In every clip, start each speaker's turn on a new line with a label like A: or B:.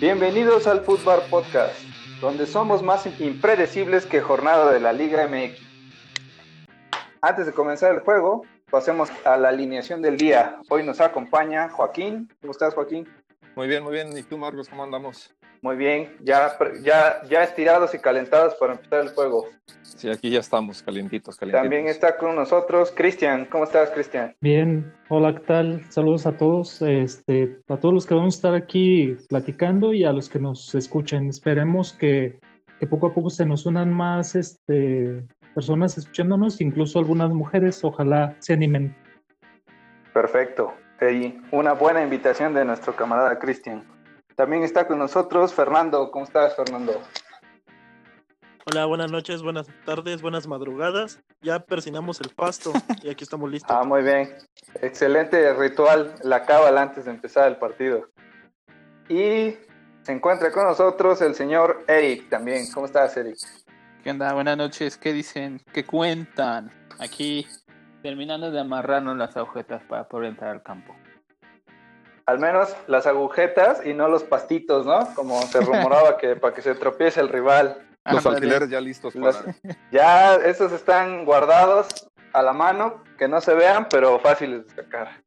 A: Bienvenidos al Fútbol Podcast, donde somos más impredecibles que jornada de la Liga MX. Antes de comenzar el juego, pasemos a la alineación del día. Hoy nos acompaña Joaquín. ¿Cómo estás, Joaquín?
B: Muy bien, muy bien. ¿Y tú, Marcos, cómo andamos?
A: Muy bien, ya, ya, ya estirados y calentados para empezar el juego.
B: Sí, aquí ya estamos, calientitos, calientitos.
A: También está con nosotros Cristian. ¿Cómo estás, Cristian?
C: Bien, hola, ¿qué tal? Saludos a todos, este, a todos los que vamos a estar aquí platicando y a los que nos escuchen. Esperemos que, que poco a poco se nos unan más este, personas escuchándonos, incluso algunas mujeres, ojalá se animen.
A: Perfecto. Sí, una buena invitación de nuestro camarada Cristian. También está con nosotros Fernando. ¿Cómo estás, Fernando?
D: Hola, buenas noches, buenas tardes, buenas madrugadas. Ya persinamos el pasto y aquí estamos listos.
A: Ah, muy bien. Excelente ritual, la cábala antes de empezar el partido. Y se encuentra con nosotros el señor Eric también. ¿Cómo estás, Eric?
E: ¿Qué onda? Buenas noches. ¿Qué dicen? ¿Qué cuentan? Aquí terminando de amarrarnos las agujetas para poder entrar al campo.
A: Al menos las agujetas y no los pastitos, ¿no? Como se rumoraba que para que se tropiece el rival.
E: Ah,
B: Los alfileres ya listos. Para...
A: Los- ya esos están guardados a la mano, que no se vean, pero fáciles de sacar.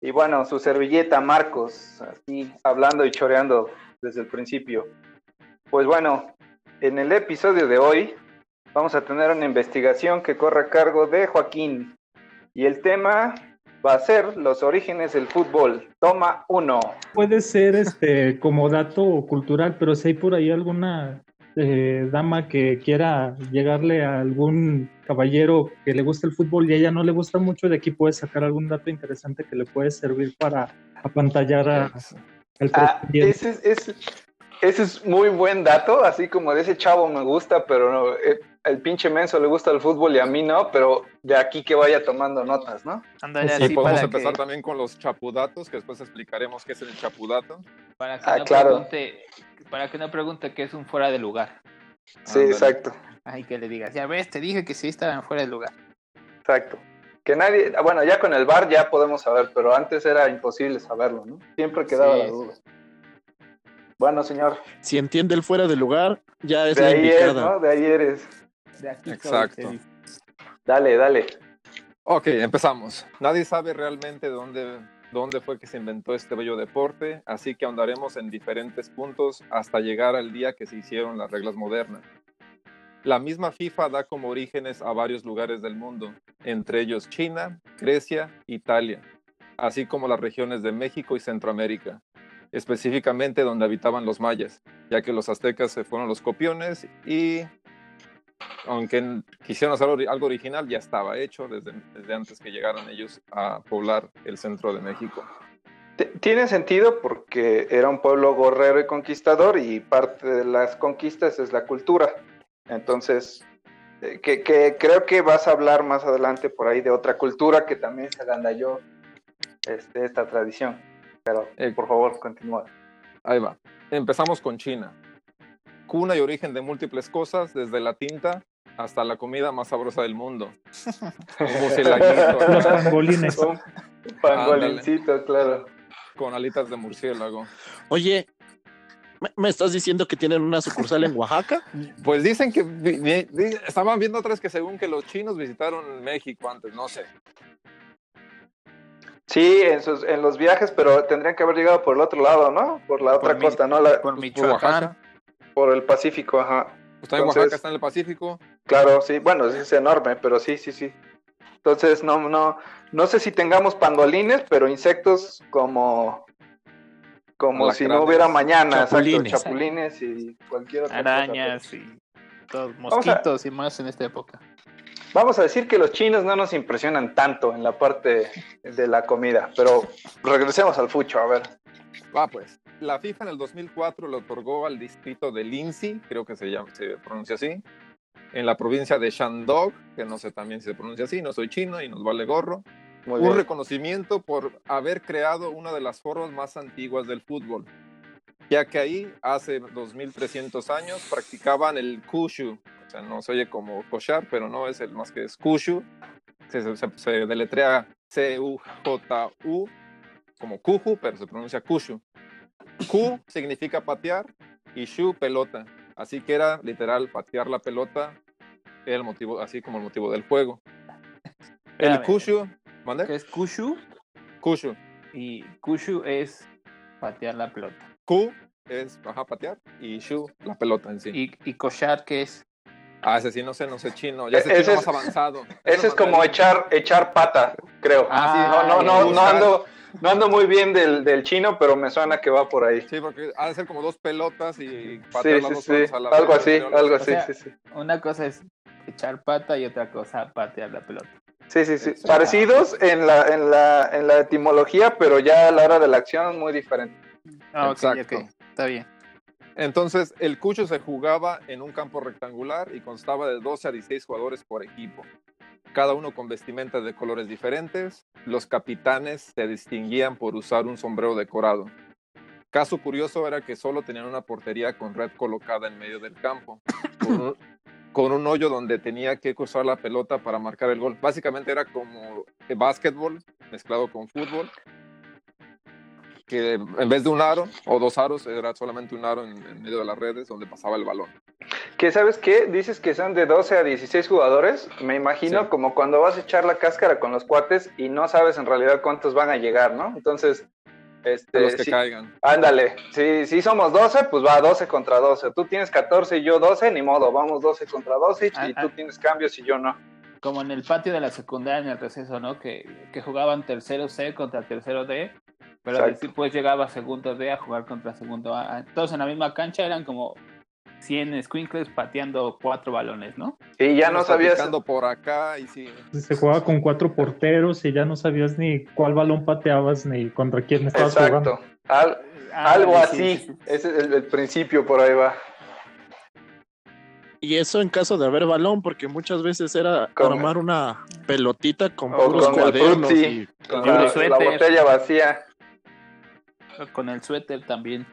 A: Y bueno, su servilleta Marcos, así hablando y choreando desde el principio. Pues bueno, en el episodio de hoy vamos a tener una investigación que corre a cargo de Joaquín. Y el tema va a ser los orígenes del fútbol. Toma uno.
C: Puede ser este como dato cultural, pero si hay por ahí alguna eh, dama que quiera llegarle a algún caballero que le gusta el fútbol y a ella no le gusta mucho, de aquí puede sacar algún dato interesante que le puede servir para apantallar a- al
A: Ah,
C: pretendiente.
A: ese, es, ese- ese es muy buen dato, así como de ese chavo me gusta, pero no, eh, el pinche menso le gusta el fútbol y a mí no, pero de aquí que vaya tomando notas, ¿no?
E: Ándale
C: Sí,
B: Y
E: así
B: podemos
E: para
B: empezar
E: que,
B: también con los chapudatos, que después explicaremos qué es el chapudato.
E: para que
A: Ah,
E: no
A: claro.
E: pregunte, para que no pregunte que es un fuera de lugar.
A: Sí,
B: Ándale.
A: exacto,
E: Ay, que le digas, ya ves, te dije que sí estaban fuera de lugar.
A: exacto. Que nadie, ah, bueno, ya con el bar ya podemos saber, pero antes era imposible saberlo, ¿no? Siempre quedaba
E: Sí.
A: la duda. Bueno, señor,
D: Si entiende el fuera de lugar, ya es
A: de
D: la
A: ahí
D: indicada.
A: es, ¿no? De ahí eres.
E: De aquí soy,
B: Exacto.
E: te dice.
A: Dale, dale.
B: Ok, empezamos. Nadie sabe realmente dónde, dónde fue que se inventó este bello deporte, así que ahondaremos en diferentes puntos hasta llegar al día que se hicieron las reglas modernas. La misma FIFA da como orígenes a varios lugares del mundo, entre ellos China, Grecia, Italia, así como las regiones de México y Centroamérica, específicamente donde habitaban los mayas, ya que los aztecas se fueron los copiones y aunque n- quisieron hacer ori- algo original, ya estaba hecho desde, desde antes que llegaran ellos a poblar el centro de México.
A: T- Tiene sentido porque era un pueblo gorrero y conquistador y parte de las conquistas es la cultura. Entonces, eh, que, que creo que vas a hablar más adelante por ahí de otra cultura que también se agandalló este, esta tradición. Pero,
B: Eh,
A: por favor, continúa.
B: Ahí va. Empezamos con China. Cuna y origen de múltiples cosas, desde la tinta hasta la comida más sabrosa del mundo. Un
C: Los
B: bucilaguito
C: pangolines.
A: Un pangolincito, claro.
B: con alitas de murciélago.
D: Oye, ¿me, me estás diciendo que tienen una sucursal en Oaxaca?
B: Pues dicen que vi- vi- di- estaban viendo otras que según que los chinos visitaron México antes, no sé.
A: Sí, en, sus- en los viajes, pero tendrían que haber llegado por el otro lado, ¿no? Por la otra
E: mi-
A: costa, ¿no? La-
E: Por
B: Por Oaxaca.
E: Michoacán.
A: por el Pacífico, ajá.
B: Está en
A: Entonces-
B: Pues Oaxaca, está en el Pacífico.
A: Claro, sí, bueno, sí es enorme, pero sí, sí, sí. Entonces, no, no, no sé si tengamos pangolines, pero insectos como, como si no
B: Alacranes.
A: hubiera mañana,
D: Chapulines.
A: exacto, chapulines y cualquier otra cosa.
E: arañas y todos
A: Vamos a-
E: mosquitos y más en esta época.
A: Vamos a decir que los chinos no nos impresionan tanto en la parte de la comida, pero regresemos al fucho, a ver.
B: Va pues. La FIFA en el 2004 le otorgó al distrito de Lindsay, creo que se, llama, se pronuncia así, en la provincia de Shandong, que no sé también si se pronuncia así, no soy chino y nos vale gorro,
A: Muy
B: un
A: bien.
B: reconocimiento por haber creado una de las formas más antiguas del fútbol, ya que ahí hace 2300 años practicaban el Kushu, o sea, no se oye como koshar, pero no es el más que es Kushu, se, se- se- se deletrea C-U-J-U, como Kuju, pero se pronuncia Kushu. Ku significa patear y Shu pelota. Así que era literal patear la pelota, era el motivo, así como el motivo del juego. El ¿eh?
E: Espérame.
B: Kushu, ¿mande?
E: Que es Kushu
B: Kushu.
E: y Kushu es patear la pelota.
B: Ku es ajá, patear y Shu la pelota en sí.
E: Y, y Koshar que es
B: Ah, ese sí no sé, no sé chino, ya sé
A: E, Ese
B: chino
A: es-
B: más avanzado.
A: Ese es como
B: mandarín.
A: echar, echar pata, creo.
E: Ah,
A: no, no, no,
B: ya.
A: no ando, no ando muy bien del, del chino, pero me suena que va por ahí.
B: Sí, porque ha de ser como dos pelotas y
A: Sí,
B: patear las
A: sí,
B: dos
A: sí.
B: manos a la
A: Algo
B: vez,
A: así,
B: creo.
A: algo así,
E: sea-
A: sí, sí.
E: una cosa es echar pata y otra cosa patear la pelota.
A: Sí, sí, sí.
B: Exacto.
A: Parecidos en la, en la, en la etimología, pero ya a la hora de la acción muy diferente.
E: Ah, ok,
B: Exacto.
E: ok, Está bien.
B: Entonces, el cucho se jugaba en un campo rectangular y constaba de 12 a 16 jugadores por equipo, cada uno con vestimentas de colores diferentes. Los capitanes se distinguían por usar un sombrero decorado. Caso curioso era que solo tenían una portería con red colocada en medio del campo, con un, con un hoyo donde tenía que cruzar la pelota para marcar el gol. Básicamente era como eh, básquetbol mezclado con fútbol, que en vez de un aro o dos aros era solamente un aro en, en medio de las redes donde pasaba el balón.
A: Que sabes qué? Dices que son de 12 a 16 jugadores. Me imagino
B: Sí.
A: como cuando vas a echar la cáscara con los cuates y no sabes en realidad cuántos van a llegar, ¿no? Entonces,
B: De
A: este,
B: los que
A: sí,
B: caigan.
A: ándale. Si, si somos 12, pues va 12 contra 12. Tú tienes 14 y yo 12, ni modo. Vamos 12 contra 12 y
E: Ah,
A: tú
E: ah.
A: tienes cambios y yo no.
E: Como en el patio de la secundaria en el receso, ¿no? Que, que jugaban tercero C contra tercero D, pero
A: Exacto.
E: después llegaba segundo D a jugar contra segundo A. Todos en la misma cancha eran como 100 squinkles pateando cuatro balones, ¿no?
A: Y ya no
B: Unos
A: sabías.
B: picando por acá y sí.
C: Se jugaba con cuatro porteros y ya no sabías ni cuál balón pateabas ni contra quién estabas jugando.
A: Exacto. Al-
E: Ah,
A: algo
E: sí,
A: así.
E: sí, sí.
A: Ese es el- el principio, por ahí va.
D: Y eso en caso de haber balón, porque muchas veces era
A: Con-
D: armar una pelotita con
E: O
D: puros
A: con el
D: cuadernos
A: frutzi.
D: y
A: Con
E: Y un
A: la, la
E: suéter.
A: botella vacía.
E: Con el suéter también.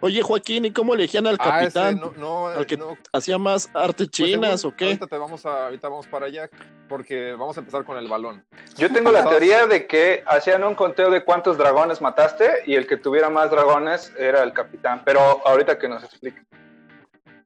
D: Oye, Joaquín, ¿y cómo elegían al
B: Ah, ese
D: capitán?
B: no, no,
D: al que-
B: no,
D: ¿Hacía más arte
B: Pues,
D: chinas
B: según-
D: o qué?
B: Ahorita, te vamos a, ahorita vamos para allá porque vamos a empezar con el balón.
A: Yo tengo la teoría de que hacían un conteo de cuántos dragones mataste y el que tuviera más dragones era el capitán. Pero ahorita que nos explique.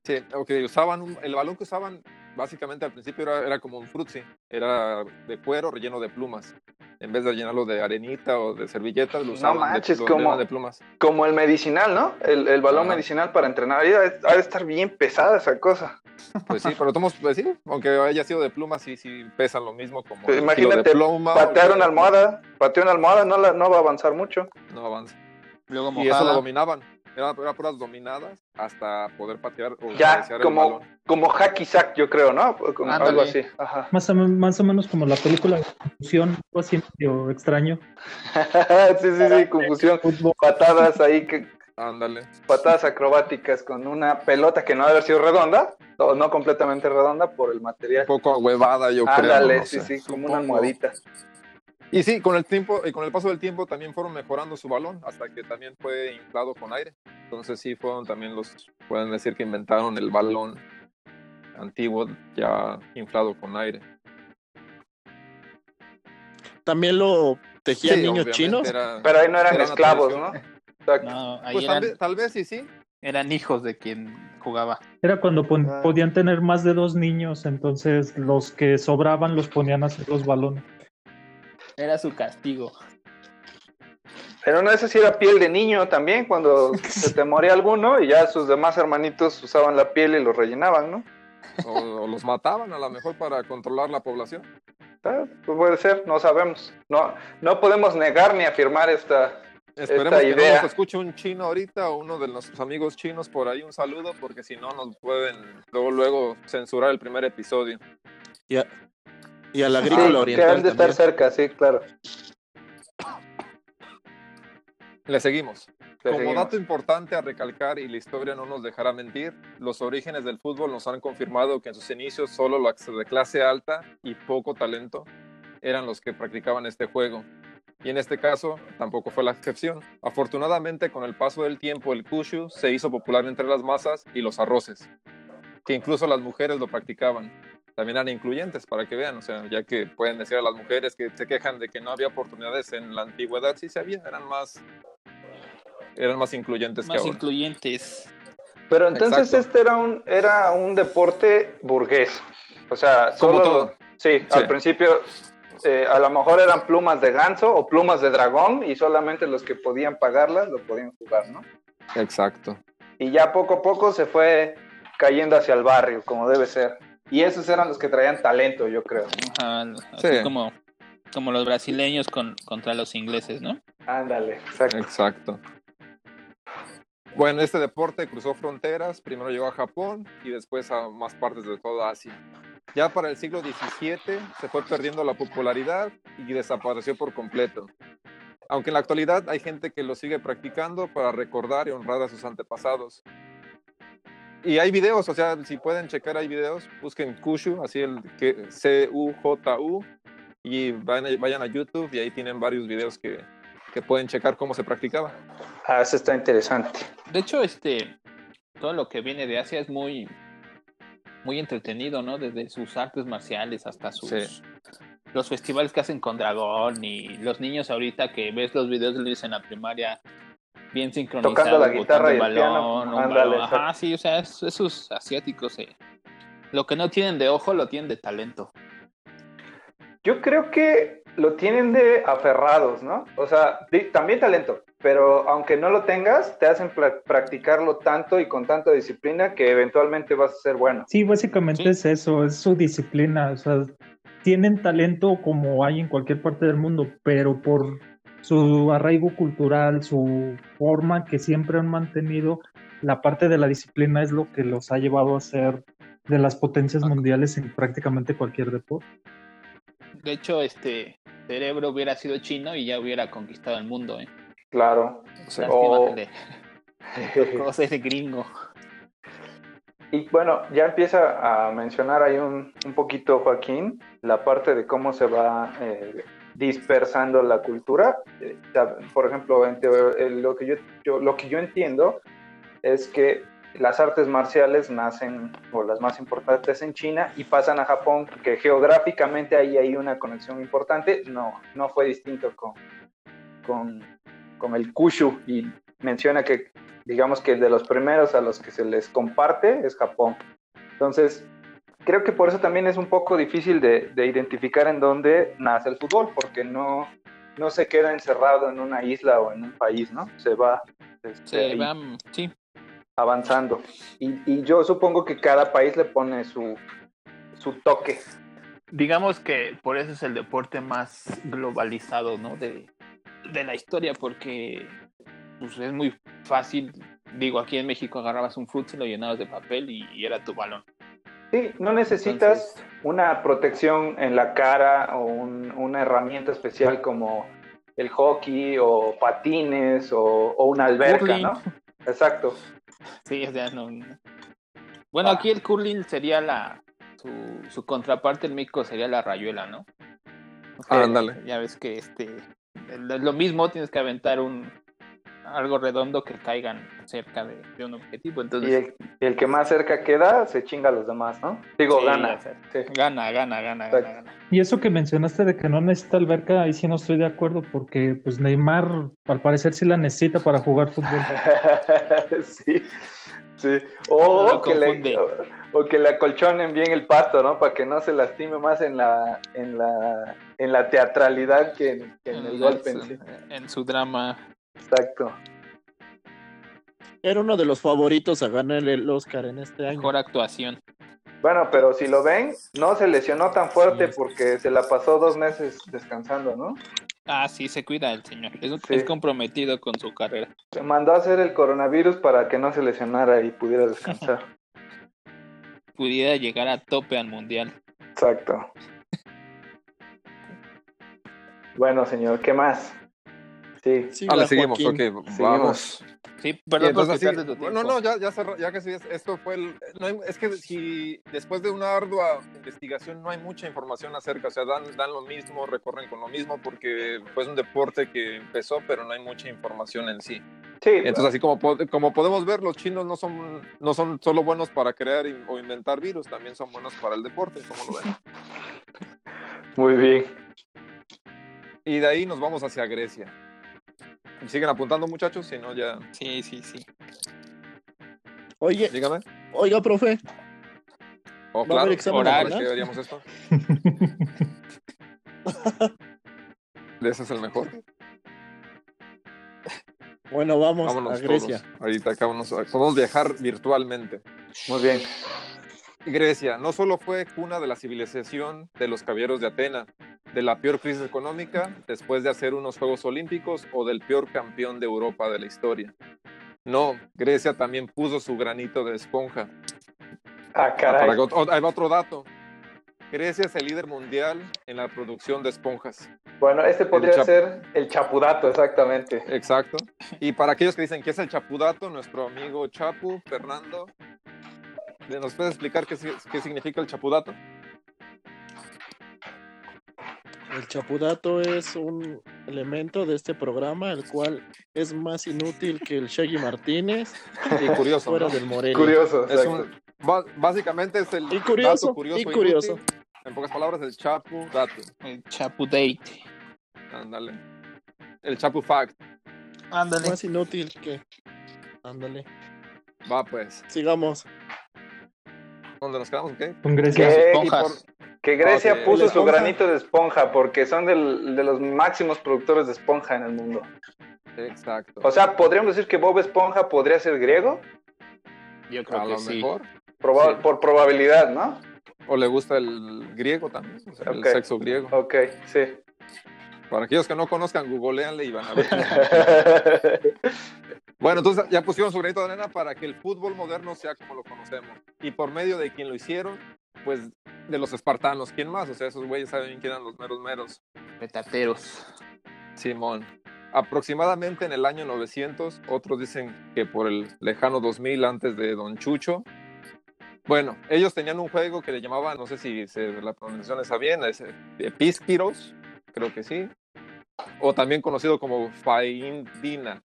B: Sí, ok, usaban un- el balón que usaban básicamente al principio era, era como un frutzi, era de cuero relleno de plumas. En vez de llenarlo de arenita o de servilletas, lo
A: No
B: usaban de-
A: manches,
B: lo
A: ¿cómo?
B: llenaban de plumas.
A: Como el medicinal, ¿no? El, el balón
B: Ajá.
A: medicinal para entrenar. Y Ha de- ha de estar bien pesada esa cosa.
B: Pues sí, pero tomos, pues sí, aunque haya sido de plumas, sí, sí pesan lo mismo como
A: Pues
B: el kilo
A: imagínate,
B: de pluma. o
A: Patear
B: el-
A: una almohada. Patear una almohada no, la, no va a avanzar mucho.
B: No avanza.
E: Luego
B: Y eso lo
E: mojada.
B: dominaban. Era, era puras dominadas hasta poder patear o
A: Ya,
B: cabecear el
A: como,
B: balón.
A: como hacky sack, yo creo, ¿no? Pues Como
E: Ándale.
A: algo así. Ajá.
C: Más o, men- más o menos como la película de confusión, algo así medio extraño.
A: sí, sí, sí, confusión.
C: Fútbol.
A: Patadas ahí que,
B: Ándale.
A: patadas acrobáticas con una pelota que no debe haber sido redonda, o no completamente redonda por el material.
B: un poco ahuevada, yo creo.
A: Ándale,
B: no
A: sí,
B: sé.
A: sí, como una
B: Supongo.
A: almohadita.
B: Y sí, con el tiempo, y con el paso del tiempo también fueron mejorando su balón hasta que también fue inflado con aire. Entonces sí fueron también los, pueden decir que inventaron el balón antiguo ya inflado con aire.
D: También lo
B: Sí,
D: tejían niños
B: obviamente
D: chinos.
B: era-
A: Pero ahí no eran
B: Era una
A: esclavos, ¿no?
B: tradición.
A: Exacto.
E: No, ahí
B: pues tal,
E: eran,
B: vez, tal vez sí, sí.
E: eran hijos de quien jugaba.
C: Era cuando pon-
A: Ah.
C: podían tener más de dos niños, entonces los que sobraban los ponían a hacer los balones.
E: Era su castigo.
A: Pero no, esa sí era piel de niño también, cuando se te moría alguno y ya sus demás hermanitos usaban la piel y lo rellenaban, ¿no?
B: O, o los mataban a lo mejor para controlar la población.
A: Ah, Pues puede ser, no sabemos. No, no podemos negar ni afirmar esta.
B: Esperemos que
A: idea.
B: no nos escuche un chino ahorita o uno de nuestros amigos chinos por ahí. Un saludo, porque si no nos pueden luego, luego censurar el primer episodio.
D: Y, a- y al
A: Sí,
D: agrícola
A: que han
D: oriental
A: de estar
D: también.
A: cerca, sí, claro.
B: Le seguimos.
A: Le
B: Como
A: seguimos.
B: dato importante a recalcar, y la historia no nos dejará mentir, los orígenes del fútbol nos han confirmado que en sus inicios solo los de clase alta y poco talento eran los que practicaban este juego. Y en este caso tampoco fue la excepción. Afortunadamente, con el paso del tiempo, el kushu se hizo popular entre las masas y los arroces, que incluso las mujeres lo practicaban. También eran incluyentes, para que vean, o sea, ya que pueden decir a las mujeres que se quejan de que no había oportunidades en la antigüedad, sí se había, eran más eran más incluyentes
E: Más
B: que ahora.
E: incluyentes.
A: Pero entonces
B: Exacto.
A: este era un, era un deporte burgués. O sea,
B: Como
A: solo.
B: todo.
A: Sí,
B: Sí.
A: al principio eh, a lo mejor eran plumas de ganso o plumas de dragón y solamente los que podían pagarlas lo podían jugar, ¿no?
B: Exacto.
A: Y ya poco a poco se fue cayendo hacia el barrio, como debe ser. Y esos eran los que traían talento, yo creo.
E: Ajá, así
B: Sí.
E: como, como los brasileños con, contra los ingleses, ¿no?
A: Ándale, exacto.
B: Exacto. Bueno, este deporte cruzó fronteras, primero llegó a Japón y después a más partes de toda Asia. Ya para el siglo XVII se fue perdiendo la popularidad y desapareció por completo. Aunque en la actualidad hay gente que lo sigue practicando para recordar y honrar a sus antepasados. Y hay videos, o sea, si pueden checar, hay videos, busquen Kushu, así el que C-U-J-U, y van a- vayan a YouTube y ahí tienen varios videos que, que pueden checar cómo se practicaba.
A: Ah, eso está interesante.
E: De hecho, este, todo lo que viene de Asia es muy, muy entretenido, ¿no? Desde sus artes marciales hasta sus
B: Sí.
E: los festivales que hacen con dragón y los niños ahorita que ves los videos de Luis en la primaria bien sincronizados,
A: Tocando la
E: botando
A: guitarra y
E: un
A: el
E: balón,
A: piano.
E: un
A: Ándale,
E: balón.
A: exacto.
E: Ajá, sí, o sea, es- esos asiáticos, eh, lo que no tienen de ojo lo tienen de talento.
A: Yo creo que lo tienen de aferrados, ¿no? O sea, di- también talento, pero aunque no lo tengas, te hacen pla- practicarlo tanto y con tanta disciplina que eventualmente vas a ser bueno.
C: Sí, básicamente
E: Sí.
C: es eso, es su disciplina. O sea, tienen talento como hay en cualquier parte del mundo, pero por su arraigo cultural, su forma que siempre han mantenido, la parte de la disciplina es lo que los ha llevado a ser de las potencias mundiales en prácticamente cualquier deporte.
E: De hecho, este cerebro hubiera sido chino y ya hubiera conquistado el mundo, ¿eh?
A: Claro.
B: Sí.
E: Lástima
A: Oh.
E: que le- cosa es de gringo.
A: y bueno, ya empieza a mencionar ahí un, un poquito, Joaquín, la parte de cómo se va eh, dispersando la cultura. Eh, sab- Por ejemplo, en teo- eh, lo, que yo, yo- lo que yo entiendo es que las artes marciales nacen, o las más importantes, en China y pasan a Japón, que geográficamente ahí hay una conexión importante. No, no fue distinto con, con, con el Kushu y menciona que digamos que de los primeros a los que se les comparte es Japón. Entonces, creo que por eso también es un poco difícil de, de identificar en dónde nace el fútbol, porque no, no se queda encerrado en una isla o en un país, ¿no? Se va, este,
E: Se
A: ahí
E: van- um, sí,
A: avanzando. Y, y yo supongo que cada país le pone su, su toque.
E: digamos que por eso es el deporte más globalizado, ¿no? De, de la historia, porque pues, es muy fácil. Digo, aquí en México agarrabas un fruit, lo llenabas de papel y, y era tu balón.
A: Sí, no necesitas
E: Entonces-
A: una protección en la cara o un- una herramienta especial como el hockey o patines o, o una alberca,
E: Curling.
A: ¿no? Exacto.
E: Sí, o sea, no. no. Bueno,
A: Ah.
E: aquí el curling sería la. Su, su contraparte en México sería la rayuela, ¿no? O sea,
B: Ándale.
E: Ya ves que este. Es lo mismo, tienes que aventar un. Algo redondo que caigan cerca de, de un objetivo. Entonces,
A: Y el, y el que más cerca queda se chinga a los demás, ¿no? Digo,
E: Sí,
A: gana.
E: o sea,
A: Sí.
E: Gana, gana, gana,
A: Exacto.
E: gana, gana.
C: Y eso que mencionaste de que no necesita alberca, ahí sí no estoy de acuerdo, porque pues Neymar al parecer sí la necesita para jugar fútbol.
A: sí, sí. O,
E: Lo
A: que le,
E: confunde.
A: o que le acolchonen bien el pato, ¿no? Para que no se lastime más en la, en la, en la teatralidad que en, que en el golpe. en sí.
E: En, en su drama.
A: Exacto.
D: Era uno de los favoritos a ganar el Oscar en este año.
E: Mejor actuación.
A: Bueno, pero si lo ven, no se lesionó tan fuerte
D: Sí.
A: porque se la pasó dos meses descansando, ¿no?
E: Ah, sí, se cuida el señor. Es,
A: Sí.
E: es comprometido con su carrera.
A: Se mandó a hacer el coronavirus para que no se lesionara y pudiera descansar.
E: Pudiera llegar a tope al mundial.
A: Exacto. Bueno, señor, ¿qué más? Sí.
D: Sí,
B: Ah, le
D: la
B: seguimos,
D: Joaquín.
B: ok, vamos.
E: Sí,
B: Y
E: perdón por
B: entonces
E: quitarle tu
B: así-
E: tiempo.
B: no, no, ya, ya, cerró- ya que sí, es- esto fue el... no hay- es que si después de una ardua investigación no hay mucha información acerca, o sea, dan, dan lo mismo, recorren con lo mismo, porque fue un deporte que empezó, pero no hay mucha información en sí.
A: Sí, pues,
B: Entonces, así como, pod- como podemos ver, los chinos no son, no son solo buenos para crear in- o inventar virus, también son buenos para el deporte, como lo ven.
A: muy bien.
B: Y de ahí nos vamos hacia Grecia. ¿Y siguen apuntando, muchachos? Si no, ya.
E: Sí, sí, sí.
D: Oye,
B: Dígame.
D: oiga, profe.
B: O
D: Va a
B: Oh, claro, pues,
D: haber examen
B: oral,
D: oral.
B: ¿qué veríamos esto? Ese es el mejor.
D: Bueno, vamos
B: Vámonos
D: a Grecia.
B: todos. Ahorita acá vamos a- podemos viajar virtualmente.
A: Muy bien.
B: Grecia no solo fue cuna de la civilización de los caballeros de Atena, de la peor crisis económica después de hacer unos Juegos Olímpicos o del peor campeón de Europa de la historia. No, Grecia también puso su granito de esponja
A: Ah,
B: Para
A: caray.
B: que ot- ahí va otro dato. Grecia es el líder mundial en la producción de esponjas.
A: Bueno, este podría
B: Chapo.
A: ser el chapudato, exactamente.
B: Exacto. Y para aquellos que dicen que es el chapudato, nuestro amigo Chapu, Fernando, ¿le- ¿nos puede explicar qué, si- qué significa el chapudato?
D: El chapudato es un elemento de este programa, el cual es más inútil que el Shaggy Martínez
B: Y curioso.
D: fuera
B: ¿no?
D: del Morelia.
A: Curioso,
B: Es
A: exacto.
B: un- ba- básicamente es el
D: Y curioso,
B: dato curioso.
D: y
B: inútil.
D: curioso.
B: En pocas palabras, el chapu dato.
E: El Chapu Date.
B: Ándale. El chapu fact.
E: Ándale.
B: Pues,
D: Más inútil que. Ándale.
B: Va pues.
D: Sigamos.
B: ¿Dónde nos quedamos? ¿Qué?
C: Con Grecia.
E: Las
A: ¿Qué?
E: esponjas.
A: Que Grecia
B: Ok.
A: puso
D: ¿La
A: su
D: esponja?
A: granito de esponja porque son del- de los máximos productores de esponja en el mundo.
B: Exacto.
A: O sea, podríamos decir que Bob Esponja podría ser griego,
E: Yo
B: a
E: creo
B: lo
E: que sí.
B: mejor.
A: Proba-
B: Sí.
A: por probabilidad, ¿no?
B: O le gusta el griego también, o sea,
A: Ok.
B: el sexo griego.
A: Ok, sí.
B: Para aquellos que no conozcan, googleanle y van a ver. bueno, entonces ya pusieron su granito de arena para que el fútbol moderno sea como lo conocemos. Y por medio de quien lo hicieron, pues de los espartanos, ¿quién más? O sea, esos güeyes saben quién eran los meros meros.
E: Petateros.
B: Simón. Aproximadamente en el año 900, otros dicen que por el lejano 2000 antes de Don Chucho. Bueno, ellos tenían un juego que le llamaban, no sé si se- la pronunciación está bien, es eh, Pisquiros, creo que sí, o también conocido como Faindina.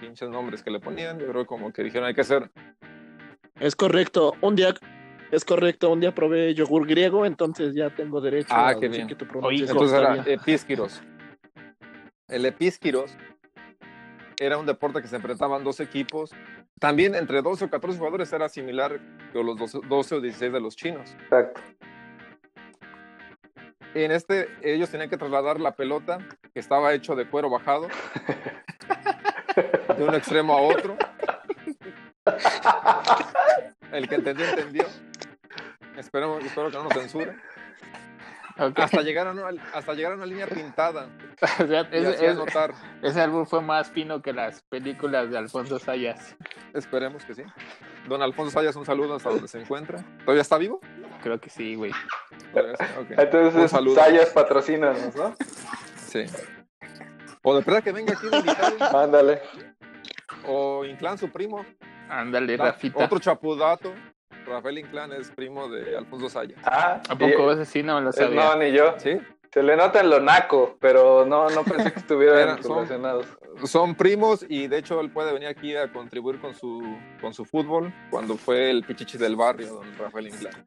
B: Pinches nombres que le ponían, yo creo como que dijeron hay que hacer
D: Es correcto. Un día. Es correcto. Un día probé yogur griego, entonces ya tengo derecho
B: Ah,
D: a
B: qué
D: decir
B: bien.
D: que tu
E: Oye,
D: pronunciación
B: Entonces
D: está
B: era
D: bien.
B: epísquiros. El epísquiros era un deporte que se enfrentaban dos equipos. También entre 12 o 14 jugadores era similar que los 12, 12 o 16 de los chinos.
A: Exacto.
B: En este, ellos tenían que trasladar la pelota, que estaba hecho de cuero bajado, de un extremo a otro. El que entendió, entendió. Espero, espero que no nos censuren.
E: Ok.
B: Hasta llegaron a una, hasta llegar a una línea pintada
E: O sea,
B: y
E: es-
B: hacía
E: es-
B: anotar.
E: ese álbum fue más fino que las películas de Alfonso Sayas.
B: Esperemos que sí. Don Alfonso Sayas, un saludo hasta donde se encuentra. ¿Todavía está vivo?
E: Creo que sí, güey.
B: Todavía está, ok. Un
A: Entonces,
B: saludo.
A: Sayas, patrocínanos, ¿no?
B: Sí. O de verdad que venga aquí de invitado,
A: Ándale.
B: O Inclán, su primo.
E: Ándale,
B: Da-
E: Rafita.
B: Ah, Otro chapudato. Rafael Inclán es primo de Alfonso Sayas.
A: Ah,
E: ¿A poco
A: y-
E: ese sí no me lo
A: eh, no,
E: sabía?
A: ni yo.
B: Sí.
A: Se le nota en lo naco, pero no, no pensé que estuvieran
B: Era- son-
A: relacionados.
B: Son primos y de hecho él puede venir aquí a contribuir con su, con su fútbol cuando fue el pichichi del barrio, don Rafael Inclán.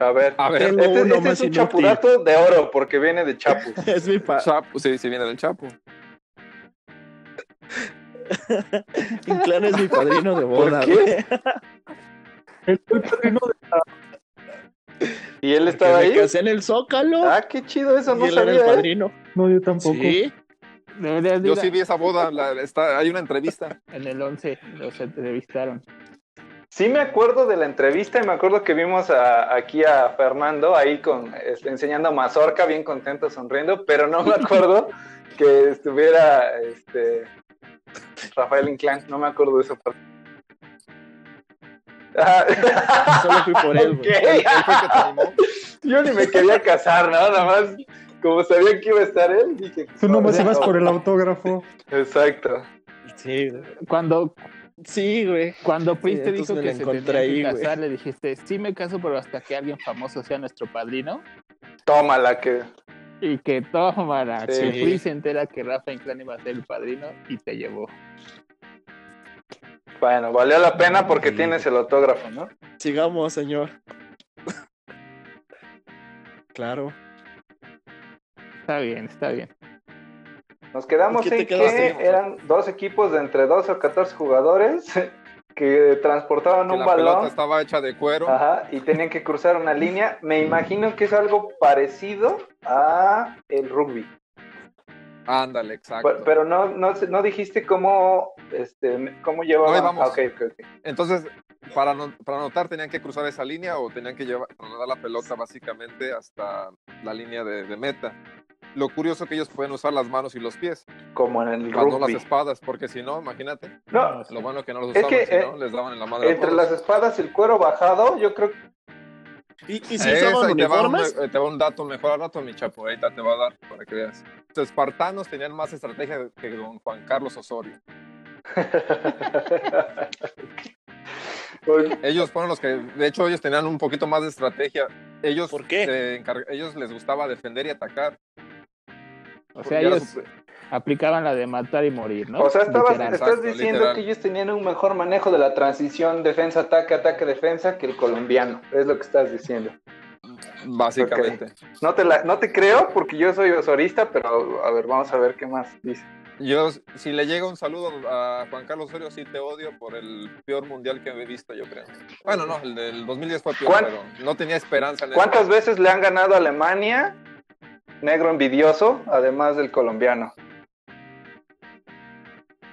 A: A ver.
B: A ver,
D: Tengo
A: Este,
D: Ah, uno
A: este
D: más
A: es un
D: inútil.
A: chapurato de oro porque viene de Chapu.
D: Es mi pa.
B: Chapo, sí, sí viene del Chapo.
D: Inclán es mi padrino de boda.
A: qué?
D: güey.
C: Es el padrino de
A: ¿Y él
D: Que
A: estaba
D: me
A: ahí?
D: casé en el Zócalo.
A: Ah, qué chido, eso
D: y
A: no
D: él era el
A: sabía. ¿eh?
D: padrino.
C: no, yo tampoco.
D: Sí.
E: Deberías de
B: Yo
E: ir a-
B: sí vi esa boda, la- está, hay una entrevista.
E: En el 11 los entrevistaron.
A: Sí me acuerdo de la entrevista y me acuerdo que vimos a- aquí a Fernando ahí con este, enseñando mazorca, bien contento, sonriendo, pero no me acuerdo que estuviera este Rafael Inclán, no me acuerdo de esa parte. Ah,
D: Solo fui por él, güey.
A: ok.
B: Él fue el que te animó.
A: Yo ni me quería casar, ¿no? Nada más, como sabía que iba a estar él, dije...
C: Tú nomás
A: "Órale,
C: ibas
A: no".
C: por el autógrafo.
A: Exacto.
D: Sí,
E: Cuando,
D: sí, güey.
E: cuando Prince te
D: entonces
E: dijo
D: me
E: que
D: la
E: se
D: encontré
E: tenía que
D: ahí, güey.
E: casar, le dijiste, sí me caso, pero hasta que alguien famoso sea nuestro padrino.
A: Tómala, que...
E: Y que tómala,
A: Sí.
E: que Prince se entera que Rafa Inclán iba a ser el padrino y te llevó.
A: Bueno, valió la pena porque tienes el autógrafo, ¿no?
D: Sigamos, señor. Claro.
E: Está bien, está bien.
A: Nos quedamos
D: ¿Con quién
A: en
D: te quedaste?
A: que eran dos equipos de entre 12 o 14 jugadores que transportaban
B: Que
A: un
B: la
A: balón
B: pelota estaba hecha de cuero.
A: ajá, y tenían que cruzar una línea. Me imagino que es algo parecido a el rugby.
B: Ándale, exacto.
A: Pero, pero no, no, no dijiste cómo, este, cómo llevaban.
B: Ahí vamos.
A: Ah, ok, ok, ok.
B: Entonces, para, ano- para anotar, ¿tenían que cruzar esa línea o tenían que llevar, trasladar la pelota básicamente hasta la línea de, de meta? Lo curioso que ellos pueden usar las manos y los pies,
A: Como en el
B: más no las
A: rugby.
B: espadas, porque si no, imagínate,
A: No,
B: lo bueno que no los
A: Es
B: usaban,
A: que,
B: si no,
A: eh,
B: les daban en la madre. a
A: entre
B: todos.
A: las espadas y el cuero bajado, yo creo que
D: ¿Y, y si
B: Esa,
D: usaban
B: ahí te, va un,
D: uniformes?
B: eh, te va un dato mejor al rato, mi chapo, ahorita te va a dar para que veas. Los espartanos tenían más estrategia que don Juan Carlos Osorio.
A: Pues,
B: Ellos fueron los que, de hecho, ellos tenían un poquito más de estrategia. Ellos,
D: ¿Por qué?
B: se encar- ellos les gustaba defender y atacar.
E: O
B: Porque
E: sea,
B: era
E: ellos
B: su-
E: aplicaban la de matar y morir, ¿no?
A: o sea, estabas-
E: Literal.
A: estás
B: exacto,
A: diciendo
B: literal.
A: que ellos tenían un mejor manejo de la transición defensa-ataque, ataque-defensa que el colombiano. Es lo que estás diciendo.
B: Básicamente.
A: No te, la- no te creo porque yo soy osorista, pero a ver, vamos a ver qué más dice.
B: Yo, si le llega un saludo a Juan Carlos Osorio, sí te odio por el peor mundial que he visto, yo creo. Bueno, no, el del 2010 fue peor,
A: ¿Cuán-
B: pero no tenía esperanza en eso.
A: ¿Cuántas veces le han ganado a Alemania? Negro envidioso, además del colombiano.